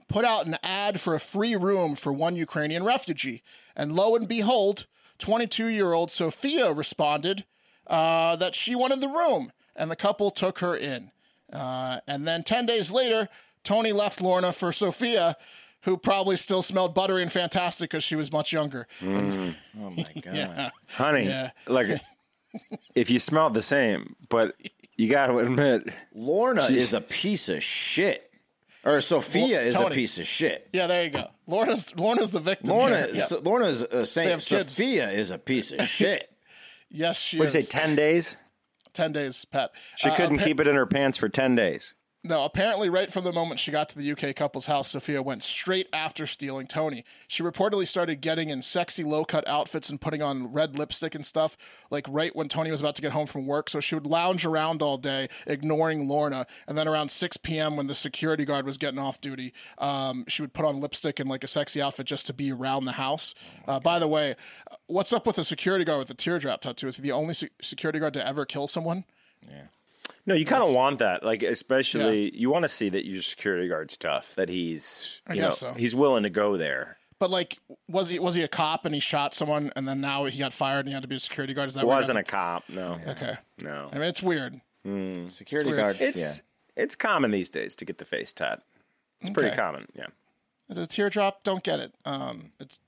put out an ad for a free room for one Ukrainian refugee. And lo and behold, 22 year old Sophia responded uh, that she wanted the room, and the couple took her in. Uh, and then 10 days later, Tony left Lorna for Sophia, who probably still smelled buttery and fantastic because she was much younger.
Oh my god.
Honey, like if you smelled the same, but you got to admit,
Lorna is a piece of shit. Or Sophia is a
Tony.
piece of shit.
Yeah, there you go. Lorna's Lorna's the victim.
Lorna,
here. Yeah.
so- Lorna's a saint.
have kids.
Sophia is a piece of shit.
yes, she
we
is.
say 10 days.
10 days, Pat. Uh,
She couldn't keep it in her pants for 10 days.
No, apparently, right from the moment she got to the UK couple's house, Sophia went straight after stealing Tony. She reportedly started getting in sexy low cut outfits and putting on red lipstick and stuff, like right when Tony was about to get home from work. So she would lounge around all day, ignoring Lorna. And then around 6 p.m., when the security guard was getting off duty, um, she would put on lipstick and like a sexy outfit just to be around the house. Uh, by the way, what's up with the security guard with the teardrop tattoo? Is he the only se- security guard to ever kill someone?
No, you kind of want that. Like, especially, you want to see that your security guard's tough, that he's, you
guess
know,
so.
he's willing to go there.
But like, was he was he a cop and he shot someone and then now he got fired and he had to be a security guard? Is that
It
what
wasn't a cop. No.
okay?
No.
I mean, it's weird.
Security guards.
It's, it's common these days to get the face tat. It's pretty
Okay.
common. Yeah.
The teardrop, don't get it. Um, it's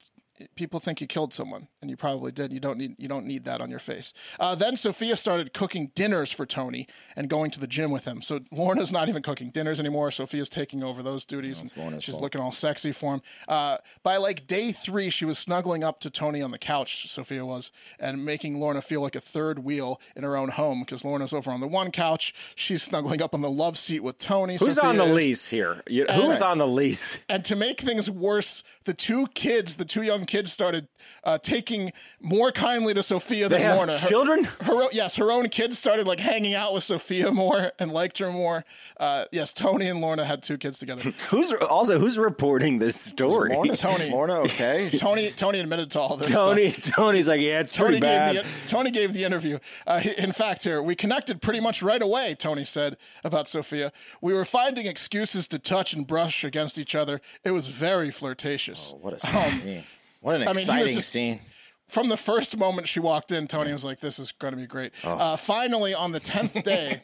people think you killed someone and you probably did. You don't need you don't need that on your face. Uh, then Sophia started cooking dinners for Tony and going to the gym with him. So Lorna's not even cooking dinners anymore. Sophia's taking over those duties. and she's looking all sexy for him. Uh, by like day three, she was snuggling up to Tony on the couch. Sophia was and making Lorna feel like a third wheel in her own home because Lorna's over on the one couch. She's snuggling up on the love seat with Tony.
Who's on the
Sophia is-
lease here? You- Who's on the lease?
and to make things worse, the two kids, the two young kids, started uh, taking more kindly to Sophia
They
than
have
Lorna. Her-
children?
her own, yes, her own kids started like hanging out with Sophia more and liked her more. Uh, yes, Tony and Lorna had two kids together.
Who's also who's reporting this story?
Lorna,
Tony.
Lorna, okay.
Tony Tony admitted to all this. stuff.
Tony, Tony's like, yeah, it's
Tony
pretty bad.
gave the Tony gave the interview. Uh, he- in fact, here we connected pretty much right away. Tony said about Sophia, we were finding excuses to touch and brush against each other. It was very flirtatious.
Oh,
Um,
What a scene. What an
mean, he was
exciting
just-
scene.
from the first moment she walked in, Tony was like, "This is going to be great." Uh, finally, on the tenth day,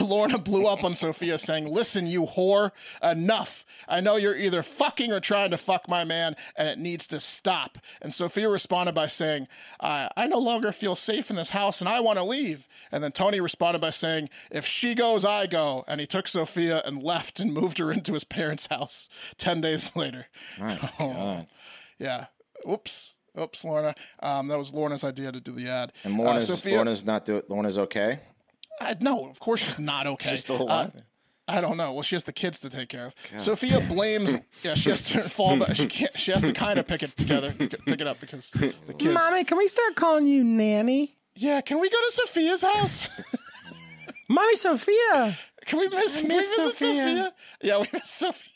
Lorna blew up on Sophia, saying, "Listen, you whore, enough! I know you're either fucking or trying to fuck my man, and it needs to stop." And Sophia responded by saying, "I, I no longer feel safe in this house, and I want to leave." And then Tony responded by saying, "If she goes, I go." And he took Sophia and left and moved her into his parents' house. Ten days later, Oh. yeah. Oops. Oops, Lorna. Um, that was Lorna's idea to do the ad.
And Lorna's,
uh, Sophia,
Lorna's not do Lorna's okay.
I, no, of course she's not okay. She's
still alive?
I don't know. Well, she has the kids to take care of. Sophia blames. Yeah, she has to fall back. She can't. She has to kind of pick it together, pick it up because the kids.
Mommy, can we start calling you Nanny?
Yeah, can we go to Sophia's house?
Mommy Sophia.
Can we miss, can we
miss
visit Sophia?
Sophia.
Yeah, we miss Sophia.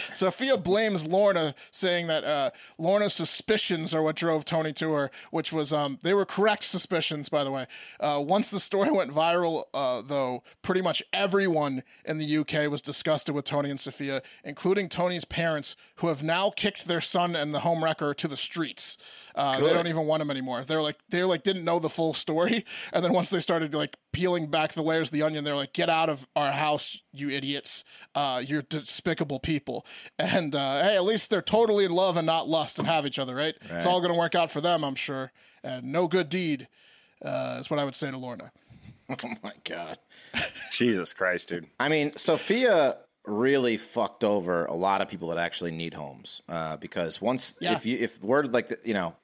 Sophia blames Lorna, saying that uh, Lorna's suspicions are what drove Tony to her, which was um, they were correct suspicions, by the way. Uh, once the story went viral, uh, though, pretty much everyone in the UK was disgusted with Tony and Sophia, including Tony's parents, who have now kicked their son and the homewrecker to the streets. Uh, they don't even want him anymore. They're like they like didn't know the full story, and then once they started like peeling back the layers of the onion, they're like, "Get out of our house, you idiots! Uh, you're despicable people!" And uh, hey, at least they're totally in love and not lust and have each other, right? It's all going to work out for them, I'm sure. And no good deed uh, is what I would say to Lorna.
Oh my god.
Jesus Christ, dude.
I mean, Sophia really fucked over a lot of people that actually need homes uh, because once
Yeah.
if you if word like the, you know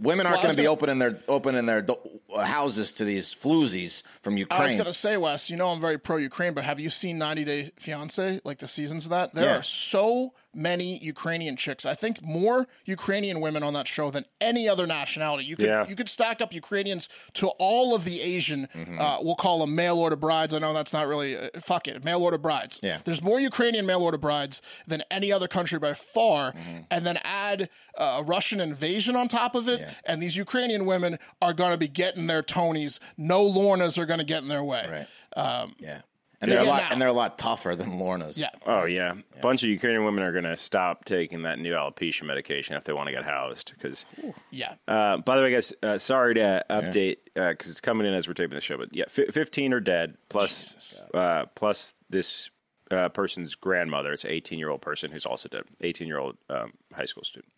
Women aren't
Well, I
going
was
to be
gonna-
opening their opening their do- uh, houses to these floozies from
I was
Ukraine.
gonna say, Wes, you know I'm very pro Ukraine, but have you seen 90 Day Fiance? Like the seasons of that, there
Yeah.
are so many Ukrainian chicks. I think more Ukrainian women on that show than any other nationality. You could
Yeah.
you could stack up Ukrainians to all of the Asian.
Mm-hmm.
Uh, we'll call them mail order brides. I know that's not really uh, fuck it, mail order brides.
Yeah.
there's more Ukrainian mail order brides than any other country by far,
Mm-hmm.
and then add uh, a Russian invasion on top of it, and these Ukrainian women are going to be getting their Tonys. No Lornas are going to get in their way.
right. yeah. And they're a
um, Yeah.
lot and they're a lot tougher than Lorna's.
Yeah.
Oh yeah, a bunch of Ukrainian women are going to stop taking that new alopecia medication if they want to get housed. Because,
Yeah.
uh, by the way, guys, uh, sorry to update because it's coming in as we're taping the show. But yeah, fi fifteen are dead. Plus, uh, plus this uh, person's grandmother. It's an eighteen-year-old person who's also dead. Eighteen-year-old um, high school student.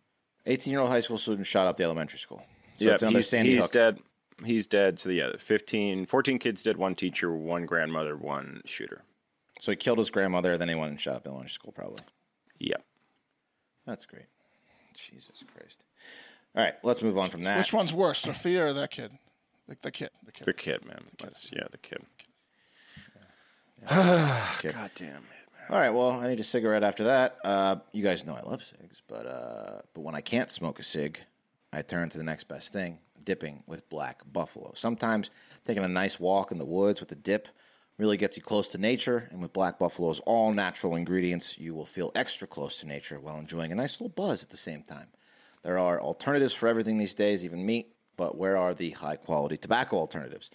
18-year-old high school student shot up the elementary school. So
yeah,
it's another
he's,
Sandy
he's
Hook.
dead. He's dead. So yeah, 15, 14 kids dead. One teacher, one grandmother, one shooter.
So he killed his grandmother, then he went and shot up the elementary school probably.
Yeah.
That's great. Jesus Christ. All right, let's move on from that.
Which one's worse, Sophia or that kid? Like the kid. The kid.
The kid, man. That's yeah, the kid. God damn it.
All right, well, I need a cigarette after that. Uh, you guys know I love cigs, but uh, but when I can't smoke a cig, I turn to the next best thing: dipping with Black Buffalo. Sometimes taking a nice walk in the woods with a dip really gets you close to nature, and with Black Buffalo's all natural ingredients, you will feel extra close to nature while enjoying a nice little buzz at the same time. There are alternatives for everything these days, even meat, but where are the high quality tobacco alternatives?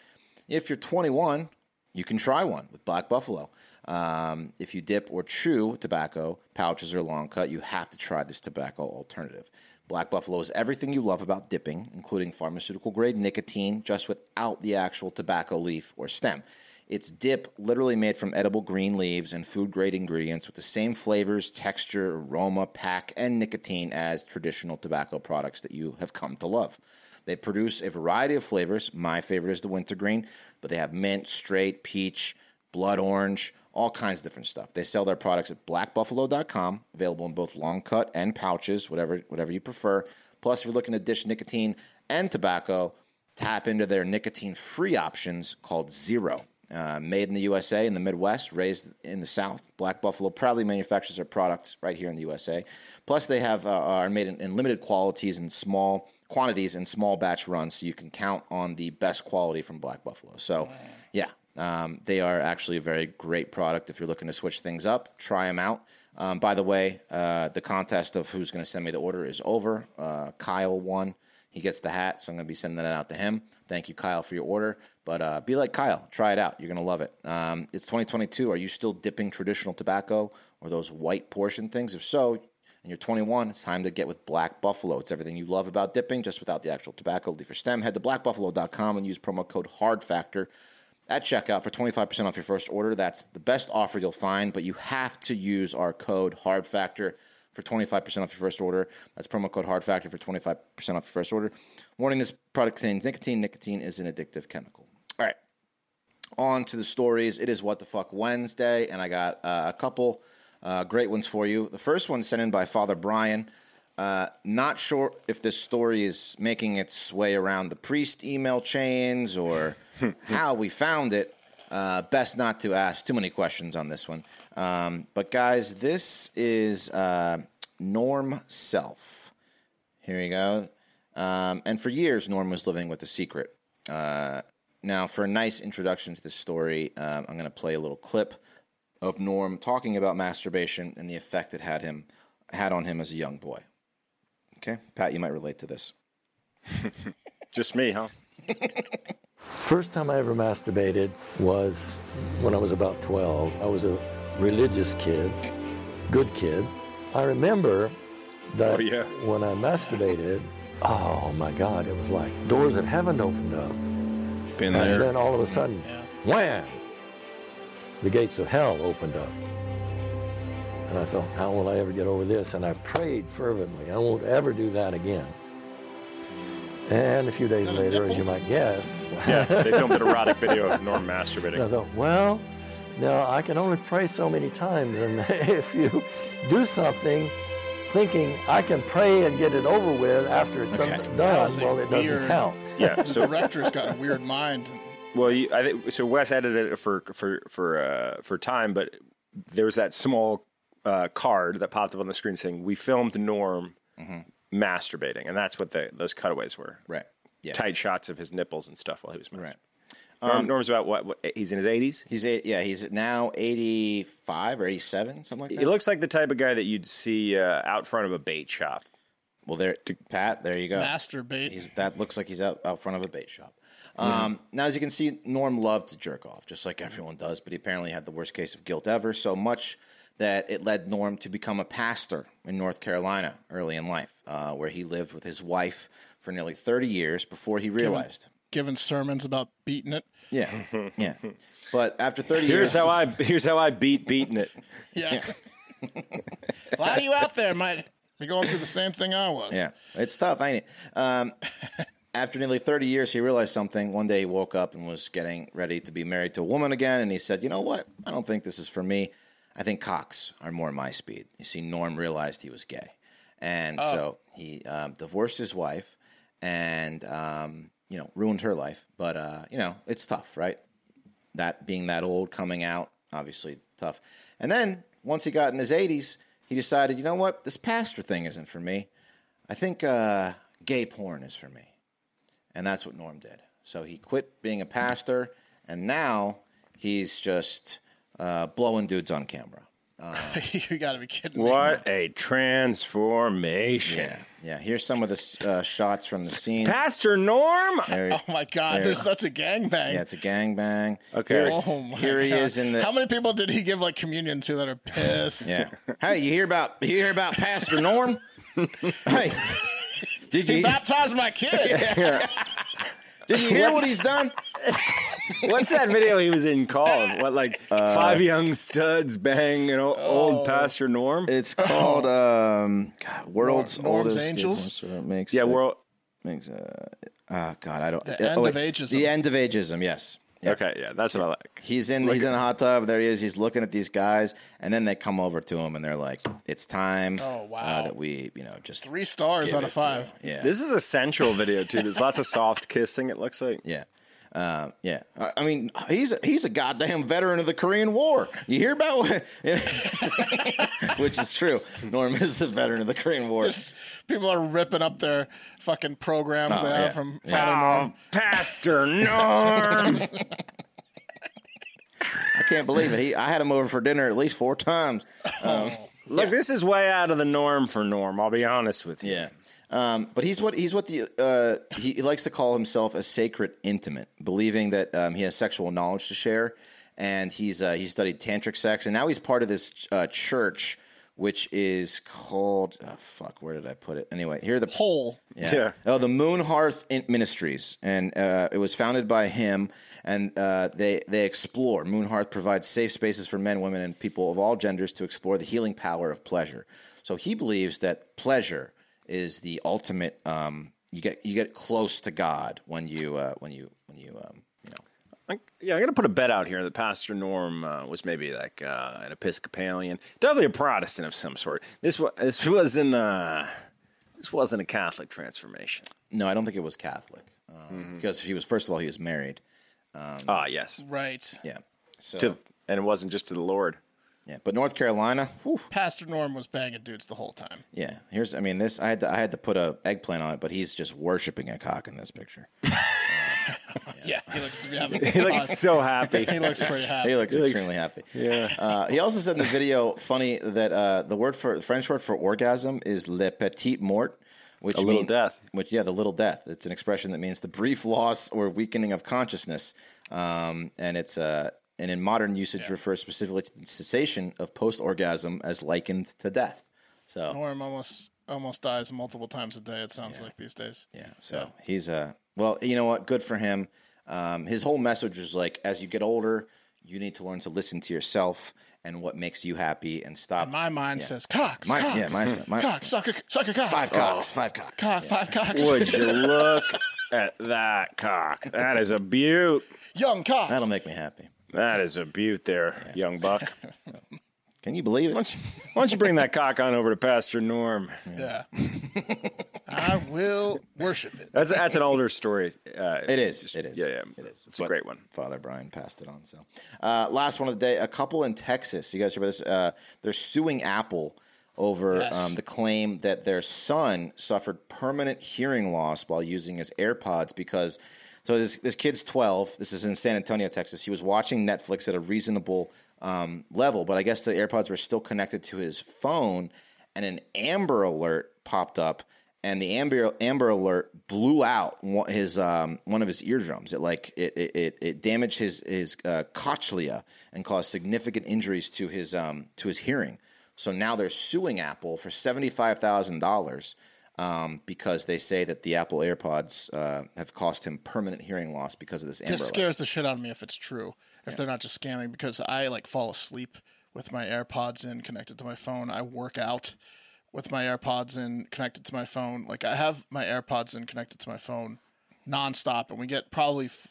If you're 21, you can try one with Black Buffalo. Um, if you dip or chew tobacco, pouches, or long cut, you have to try this tobacco alternative. Black Buffalo is everything you love about dipping, including pharmaceutical grade nicotine, just without the actual tobacco leaf or stem. It's dip literally made from edible green leaves and food grade ingredients with the same flavors, texture, aroma, pack, and nicotine as traditional tobacco products that you have come to love. They produce a variety of flavors. My favorite is the wintergreen, but they have mint, straight, peach, blood orange, all kinds of different stuff. They sell their products at blackbuffalo.com, available in both long cut and pouches, whatever whatever you prefer. Plus, if you're looking to dish nicotine and tobacco, tap into their nicotine free options called Zero. Uh, made in the USA in the Midwest, raised in the South. Black Buffalo proudly manufactures their products right here in the USA. Plus, they have uh, are made in, in limited qualities and small quantities and small batch runs, so you can count on the best quality from Black Buffalo. So, yeah, um, they are actually a very great product if you're looking to switch things up. Try them out. Um, by the way, uh, the contest of who's going to send me the order is over. Uh, Kyle won. He gets the hat, so I'm going to be sending that out to him. Thank you, Kyle, for your order. But uh, be like Kyle, try it out. You're going to love it. Um, it's 2022. Are you still dipping traditional tobacco or those white portion things? If so, and you're 21, it's time to get with Black Buffalo. It's everything you love about dipping, just without the actual tobacco leaf or stem. Head to blackbuffalo.com and use promo code HARDFACTOR at checkout for 25% off your first order. That's the best offer you'll find, but you have to use our code HARDFACTOR for 25% off your first order. That's promo code HARDFACTOR for 25% off your first order. Warning this product contains nicotine. Nicotine is an addictive chemical. All right on to the stories. It is What the Fuck Wednesday, and I got uh, a couple uh, great ones for you. The first one sent in by Father Brian. Uh, not sure if this story is making its way around the priest email chains or how we found it. Uh, best not to ask too many questions on this one. Um, but, guys, this is uh, Norm Self. Here we go. Um, and for years, Norm was living with a secret. Uh, now, for a nice introduction to this story, um, I'm going to play a little clip of Norm talking about masturbation and the effect it had him had on him as a young boy. Okay, Pat, you might relate to this.
Just me, huh?
First time I ever masturbated was when I was about 12. I was a religious kid, good kid. I remember
Oh,
that
yeah.
when I masturbated, oh my God, it was like doors of heaven opened up.
Been
And
there.
then all of a sudden, wham! The gates of hell opened up. And I thought, how will I ever get over this? And I prayed fervently, I won't ever do that again. And a few days later, as you might guess,
Yeah, they filmed an erotic video of Norm masturbating.
and I thought, well, now I can only pray so many times, and if you do something thinking I can pray and get it over with after it's
Okay.
done.
That was a
Well, it doesn't
weird-
count.
Yeah.
The
So
director's got a weird mind.
well, you, I think so. Wes edited it for for for uh, for time, but there was that small uh, card that popped up on the screen saying we filmed Norm masturbating, and that's what the, those cutaways were.
Right. Yeah.
Tight shots of his nipples and stuff while he was masturbating. Right. Norm's about what, what? He's in his eighties.
He's eight, yeah. He's now eighty five or eighty seven, something like
He
that.
looks like the type of guy that you'd see uh, out front of a bait shop.
Well, there, Pat. There you go.
Masturbate.
He's, that looks like he's out, out front of a bait shop.
Hmm.
Um, Now, as you can see, Norm loved to jerk off, just like everyone does, but he apparently had the worst case of guilt ever, so much that it led Norm to become a pastor in North Carolina early in life, uh, where he lived with his wife for nearly 30 years before he realized.
giving sermons about beating it.
Yeah. Yeah. But after 30
Here's
years.
how I here's how I beat beating it.
Yeah. a lot of you out there might be going through the same thing I was.
Yeah, it's tough, ain't it? Um, after nearly 30 years, he realized something. One day he woke up and was getting ready to be married to a woman again, and he said, You know what? I don't think this is for me. I think cocks are more my speed. You see, Norm realized he was gay. And so he um, divorced his wife and, um, you know, ruined her life. But, uh, you know, it's tough, right? that being that old coming out obviously tough and then once he got in his 80s he decided you know what this pastor thing isn't for me i think uh, gay porn is for me and that's what norm did so he quit being a pastor and now he's just uh, blowing dudes on camera
you got to be kidding me.
What a transformation.
yeah here's some of the s- uh, shots from the scene
Pastor Norm.
There-
Oh my God!
There.
There's such a gangbang.
yeah it's a gangbang
Okay.
here, it's-
oh my
here he
God.
is in the
How many people did he give like communion to that are pissed?
yeah hey you hear about you hear about pastor norm hey did
He baptized my kid.
Did you hear what he's done?
What's that video he was in called? What like five young studs bang an o- old Pastor Norm?
It's called um, God, World's
Nor- Norm's
Oldest
Angels?
Sort of makes
yeah,
uh,
world.
makes. Uh, oh God, I don't.
The
uh,
End
oh,
of
wait.
Ageism.
The end of ageism. Yes. Yeah.
Okay, yeah, that's what I like.
He's in. He's in the hot tub. There he is. He's looking at these guys, and then they come over to him, and they're like, "It's time.
Oh, wow.
uh, that we, you know, just
Three stars
give
out of
it to
five.
you." Yeah.
This is a sensual video too. There's lots of soft kissing. It looks like.
yeah. Uh, yeah, I I mean, he's a, he's a goddamn veteran of the Korean War. You hear about what? Which is true. Norm is a veteran of the Korean War.
People are ripping up their fucking programs they
Oh, yeah.
have from Father Norm.
Oh, Pastor Norm.
I can't believe it. He, I had him over for dinner at least four times.
Look, this is way out of the norm for Norm. I'll be honest with you.
Yeah. Um, but he's what he's what the uh, he, he likes to call himself a sacred intimate, believing that um, he has sexual knowledge to share, and he's uh, he studied tantric sex, and now he's part of this uh, church, which is called oh, fuck. Where did I put it? Anyway, here are the
Hole.
Yeah.
Oh, the Moon Hearth In- Ministries, and uh, it was founded by him. And uh, they they explore. Moon Hearth provides safe spaces for men, women, and people of all genders to explore the healing power of pleasure. So he believes that pleasure is the ultimate. Um, you get you get close to God when you uh, when you when you. Um, you know.
I, yeah, I'm gonna put a bet out here that Pastor Norm uh, was maybe like uh, an Episcopalian, definitely a Protestant of some sort. This was this wasn't uh, this wasn't a Catholic transformation.
No, I don't think it was Catholic um,
Mm-hmm.
because he was first of all he was married.
Ah, yes,
Right.
Yeah. So
to, and it wasn't just to the Lord.
yeah, but North Carolina. whew,
Pastor Norm was banging dudes the whole time.
Yeah, here's. I mean, this. I had to. I had to put a eggplant on it, but he's just worshiping a cock in this picture.
Yeah. He looks to be having
He looks so happy.
He looks pretty happy.
He looks extremely happy. Yeah. Uh, he also said in the video, funny that uh, the word for the French word for orgasm is le petit mort, which a
little death.
Which yeah, the little death. It's an expression that means the brief loss or weakening of consciousness, um, and it's Uh, and in modern usage, refers specifically to the cessation of post-orgasm as likened to death. So
Norm almost almost dies multiple times a day. It sounds like these days.
Yeah. So he's uh, well, you know what? Good for him. Um, his whole message was like, as you get older, you need to learn to listen to yourself and what makes you happy, and stop.
My mind says cocks,
My-
cocks,
yeah, my- my-
cock, suck a, suck a cock,
five cocks, five Oh. cocks.
cock, five cocks,
Would you look at that cock? That is a beaut.
young cocks.
That'll make me happy.
That is a beaut, there, young buck.
Can you believe it?
Why don't you bring that cock on over to Pastor Norm?
Yeah. I will worship it.
That's that's an older story. Uh,
It is. It is.
yeah, yeah,
It is.
It's a great one.
Father Brian passed it on. So, uh, last one of the day. A couple in Texas. You guys hear about this? Uh, they're suing Apple over
Yes.
um, the claim that their son suffered permanent hearing loss while using his AirPods because. So this this kid's twelve. This is in San Antonio, Texas. He was watching Netflix at a reasonable um, level, but I guess the AirPods were still connected to his phone, and an Amber Alert popped up, and the Amber Amber Alert blew out one, his um, one of his eardrums. It like it it, it, it damaged his his uh, cochlea and caused significant injuries to his um, to his hearing. So now they're suing Apple for seventy five thousand dollars um, because they say that the Apple AirPods uh, have cost him permanent hearing loss because of this Amber
This
Alert.
scares the shit out of me if it's true. If they're not just scamming, because I like fall asleep with my AirPods in connected to my phone. I work out with my AirPods in connected to my phone. Like I have my AirPods in connected to my phone nonstop, and we get probably f-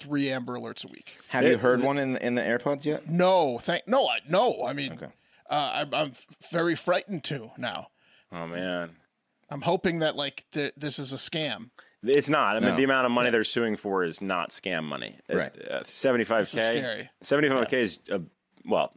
three Amber Alerts a week.
Have you heard one in in the AirPods yet?
No, thank no, I no. I mean, uh, I, I'm f- very frightened too now.
Oh man,
I'm hoping that like th- this is a scam.
it's not. I mean,
No.
the amount of money they're suing for is not scam money. It's,
Right.
uh, 75K.
This is scary.
75K is, uh, well,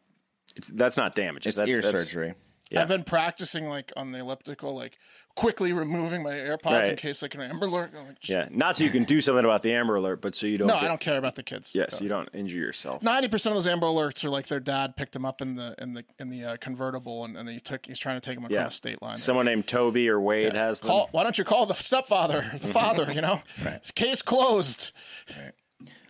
it's that's not damage.
It's
that's,
ear
that's-
surgery.
Yeah.
I've been practicing like on the elliptical, like quickly removing my AirPods in
Right.
case like an Amber Alert. I'm like,
Yeah. Not so you can do something about the Amber Alert, but so you don't.
No,
get-
I don't care about the kids.
Yeah, so you don't injure yourself.
Ninety percent of those Amber Alerts are like their dad picked them up in the in the in the uh, convertible, and, and they took he's trying to take them across
yeah.
state line.
Someone named Toby or Wade has them.
call, why don't you call the stepfather, the father? You know, case closed.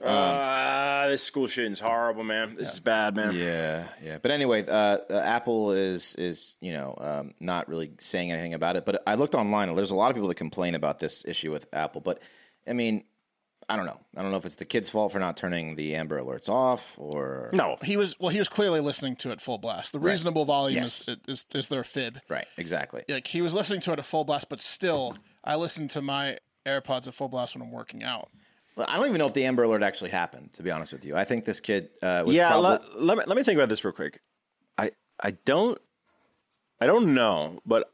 Ah, this school shooting's horrible, man. This is bad, man.
Yeah, yeah. But anyway, uh, uh, Apple is is you know um, not really saying anything about it. But I looked online, and there's a lot of people that complain about this issue with Apple. But I mean, I don't know. I don't know if it's the kid's fault for not turning the Amber Alerts off, or
No,
He was well. He was clearly listening to it full blast. The reasonable volume
Yes.
is, is is their fib.
right, exactly.
Like he was listening to it at full blast, but still, I listen to my AirPods at full blast when I'm working out.
Well, I don't even know if the Amber Alert actually happened. To be honest with you, I think this kid uh, was
yeah
probably.
let, let me let me think about this real quick i i don't i don't know but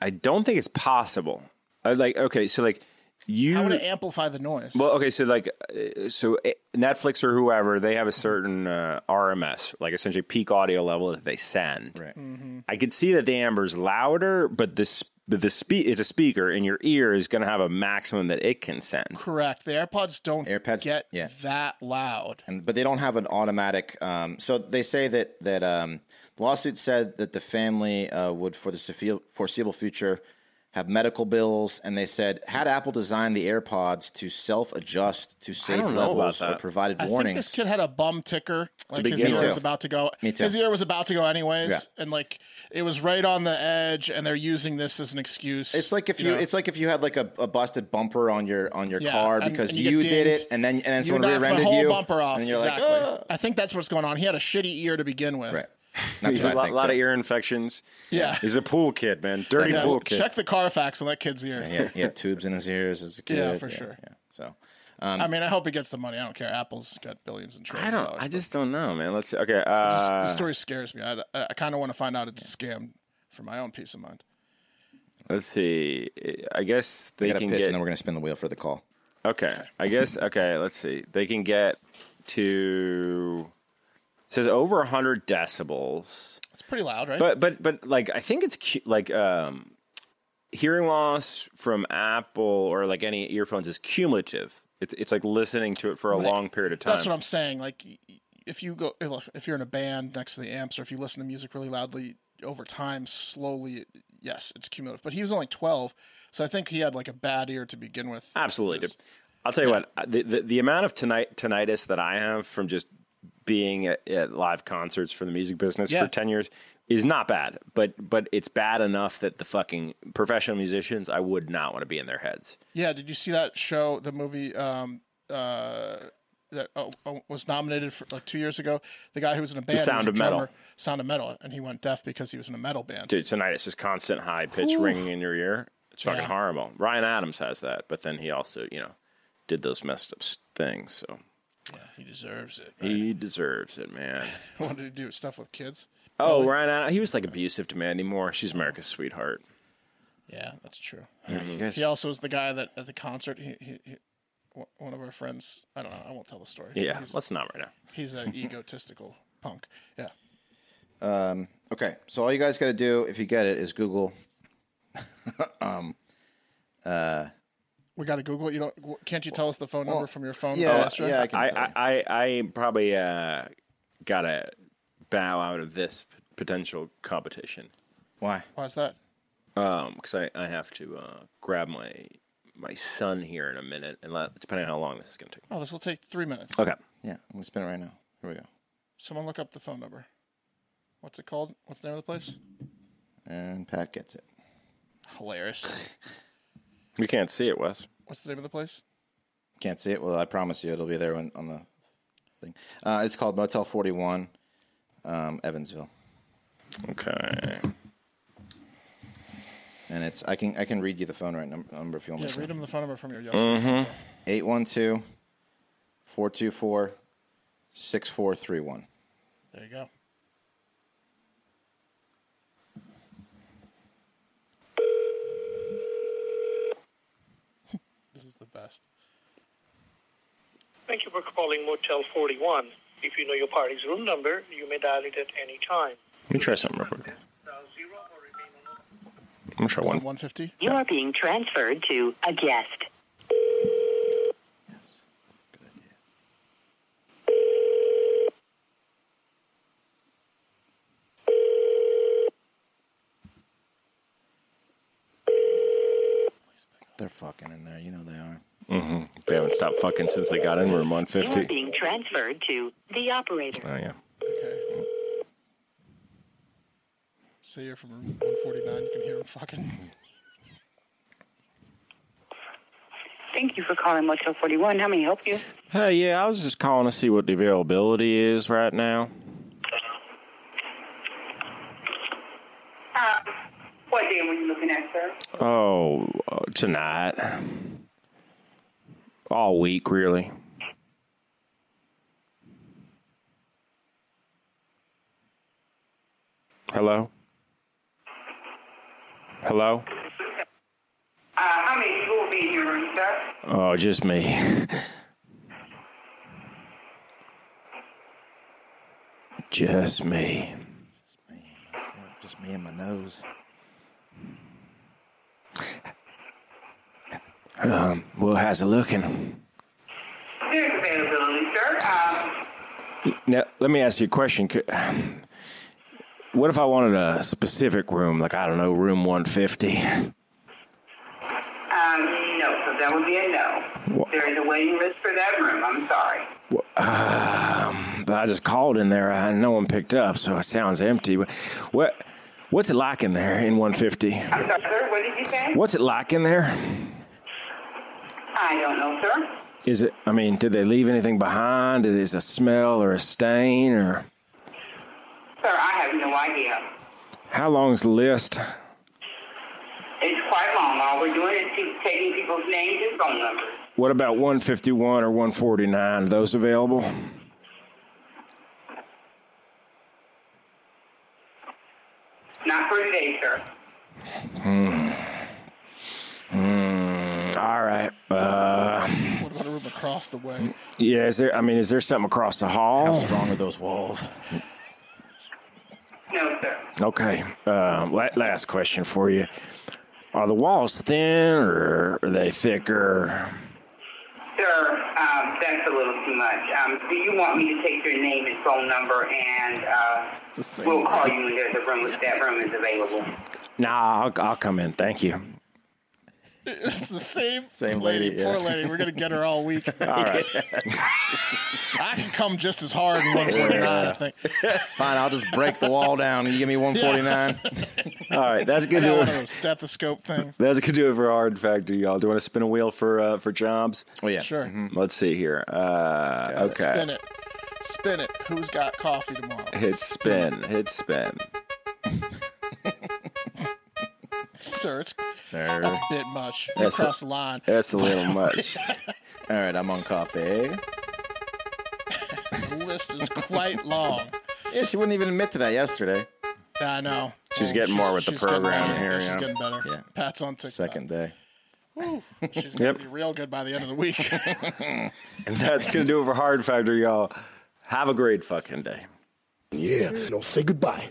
i don't think it's possible i like okay so like you
I
Mm.
want to amplify the noise.
well okay so like uh, so eh, netflix or whoever they have a certain uh, rms like essentially peak audio level that they send
Right.
i could see that the amber's louder but this but the spe- it's a speaker and your ear is going to have a maximum that it can send
Correct. The AirPods don't
AirPods-
get
yeah.
that loud.
and but they don't have an automatic. Um, so they say that that um, the lawsuit said that the family uh, would, for the suffe- foreseeable future, have medical bills, and they said had Apple designed the AirPods to self-adjust to safe
don't know about
levels or
that.
provided
I think this
warnings.
kid had a bum ticker. Like his
begin
ear
with.
was about to go.
Me too.
His ear was about to go anyways,
Yeah.
and like it was right on the edge, and they're using this as an excuse.
It's like if you,
know.
it's like if you had like a, a busted bumper on your on your
Yeah,
car
and-
because
and
you,
you get
did
dinged.
it, and then and then
you
someone
knocked my
rear-ended
whole
you,
bumper off.
and you're
exactly.
like, "Ah."
I think that's what's going on. He had a shitty ear to begin with.
right? That's
There's a
what I
lot,
think.
lot
too.
of ear infections
Yeah.
he's a pool kid man dirty
Yeah,
pool kid
check the Carfax on that kid's ear.
He had, he had tubes in his ears as a kid.
Yeah, for sure.
Yeah. So Um,
I mean, I hope he gets the money. I don't care. Apple's got billions in trade.
I don't. I just don't know, man. Let's see. Okay. Uh,
the story scares me. I, I kind of want to find out it's a scam for my own peace of mind.
let's see. I guess they
I gotta
can
piss,
get.
and then we're gonna spin the wheel for the call.
okay. I guess. Okay. Let's see. They can get to. It says over hundred decibels,
It's pretty loud, right?
but but but like I think it's cu- like um, hearing loss from Apple or like any earphones is cumulative. It's it's like listening to it for a long period of time.
That's what I'm saying. Like, y- y- if you go, if if you're in a band next to the amps, or if you listen to music really loudly over time, slowly, yes, it's cumulative. But he was only 12, so I think he had like a bad ear to begin with.
Absolutely, dude. I'll tell you what uh, the, the the amount of tonight tinnitus that I have from just being at, at live concerts for the music business
Yeah.
for ten years is not bad, but but it's bad enough that the fucking professional musicians I would not want to be in their heads.
Yeah. Did you see that show? The movie. Um, uh, that oh, oh, was nominated for like two years ago. The guy who was in a band, who was
Sound
a
of Metal.
drummer, Sound of Metal, and he went deaf because he was in a metal band.
Dude, tinnitus is constant high pitch ringing in your ear. It's fucking
Yeah.
horrible. Ryan Adams has that, but then he also you know did those messed up s- things, so
He deserves it.
he deserves it, man.
Wanted to do stuff with kids.
Oh, Ryan Adams. He was like abusive to Mandy Moore. She's America's sweetheart.
Yeah, that's true. Mm-hmm.
You guys,
He also was the guy that at the concert, he, he, he one- one of our friends, I don't know, I won't tell the story.
Yeah,
He's,
let's not right now.
he's an egotistical punk. Yeah.
Okay, so all you guys got to do, if you get it, is Google.
We got to Google it. You don't, w- can't you tell us the phone number from your phone?
Yeah,
Astra?
Oh, yeah, I can.
I,
tell you.
I, I, I probably uh, gotta bow out of this p- potential competition
Why?
Why's that?
because I, I have to uh, grab my my son here in a minute, and let, depending on how long this is gonna take.
Oh, this will take three minutes.
Okay.
Yeah, I'm gonna spin it right now. Here we go.
Someone look up the phone number. What's it called? What's the name of the place?
And Pat gets it.
Hilarious.
We can't see it, Wes.
What's the name of the place?
Can't see it. Well, I promise you, it'll be there when, on the thing. Uh, it's called Motel 41, um, Evansville,
Okay.
and it's. I can I can read you the phone right num- number if you want me
Yeah,
to.
read him the phone number from your yesterday.
812 424 6431.
There you go. this is the best.
Thank you for calling Motel 41. If you know your party's room number, you may dial it at any time.
Let me try something real quick. I'm gonna try
One
one.
one fifty.
You are being transferred to a guest.
Yes. Good idea. They're fucking in there. You know they are.
They haven't stopped fucking since they got in. We're in
You are
150.
being transferred to the operator.
Oh yeah.
Okay. Say you're from room one forty nine. You can hear him fucking.
Thank you for calling Motel 41. How may I help you?
Hey, yeah, I was just calling to see what the availability is right now.
What day were you looking at, sir?
Oh, uh, tonight. All week, really. Hello? Hello?
Uh, how many people will be in your room, sir?
Oh, just me. just me.
Me, myself, just me and my nose.
Well, how's it looking?
There's availability, sir. Uh,
Now, let me ask you a question. Could- What if I wanted a specific room, like, I don't know, room 150?
um, no, so that would be a no.
What?
There is a waiting list for that room. I'm sorry.
Um, but I just called in there and no one picked up, so it sounds empty. But What what's it like in there in 150?
I'm sorry, sir. What did you say?
What's it like in there?
I don't know, sir.
Is it? I mean, did they leave anything behind? Is it a smell or a stain or
Sir, I have no idea.
how long's the list?
It's quite long. All we're doing is keep taking people's names and phone numbers.
What about 151 or 149? Are those available?
Not for today, sir.
All right. Uh,
What about a room across the way?
yeah. Is there? I mean, is there something across the
How
hall?
strong are those walls?
No, sir.
Okay. Um, la- last question for you. Are the walls thin or are they thicker?
Sir, um, that's a little too much. Um, do you want me to take your name and phone number and uh,
It's the same
we'll call
thing.
you when there's a room if that room is available?
Nah, I'll, I'll come in. Thank you.
It's the same
Same lady,
Poor
yeah.
lady. We're gonna get her all week.
All right.
I can come just as hard in one forty nine. I think.
Fine, I'll just break the wall down. You give me 149.
All right. That's good.
Yeah,
to-
one of those stethoscope things.
That's gonna do it for Hard Factor, y'all. Do you want to spin a wheel for uh, for jobs?
Oh yeah,
Sure.
Let's see here. Uh, okay,
Spin it. Spin it. Who's got coffee tomorrow?
hit spin, hit spin.
Sir, it's
sir.
that's a bit much. You
That's a-
crossed the line.
That's a little much.
All right, I'm on coffee.
The list is quite long.
Yeah, she wouldn't even admit to that yesterday.
Yeah, I know.
She's getting more with the
she's getting
program
better.
here, yeah.
Yeah, She's getting better.
Yeah.
Pat's on TikTok.
Second day.
Woo. She's gonna
Yep.
be real good by the end of the week.
And that's going to do it for Hard Factor, y'all. Have a great fucking day.
Yeah. No, say goodbye.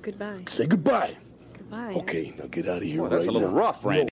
Goodbye.
Say goodbye.
Goodbye.
Okay, now get out of here
Well,
right
that's a little
now.
rough,
No,
Randy.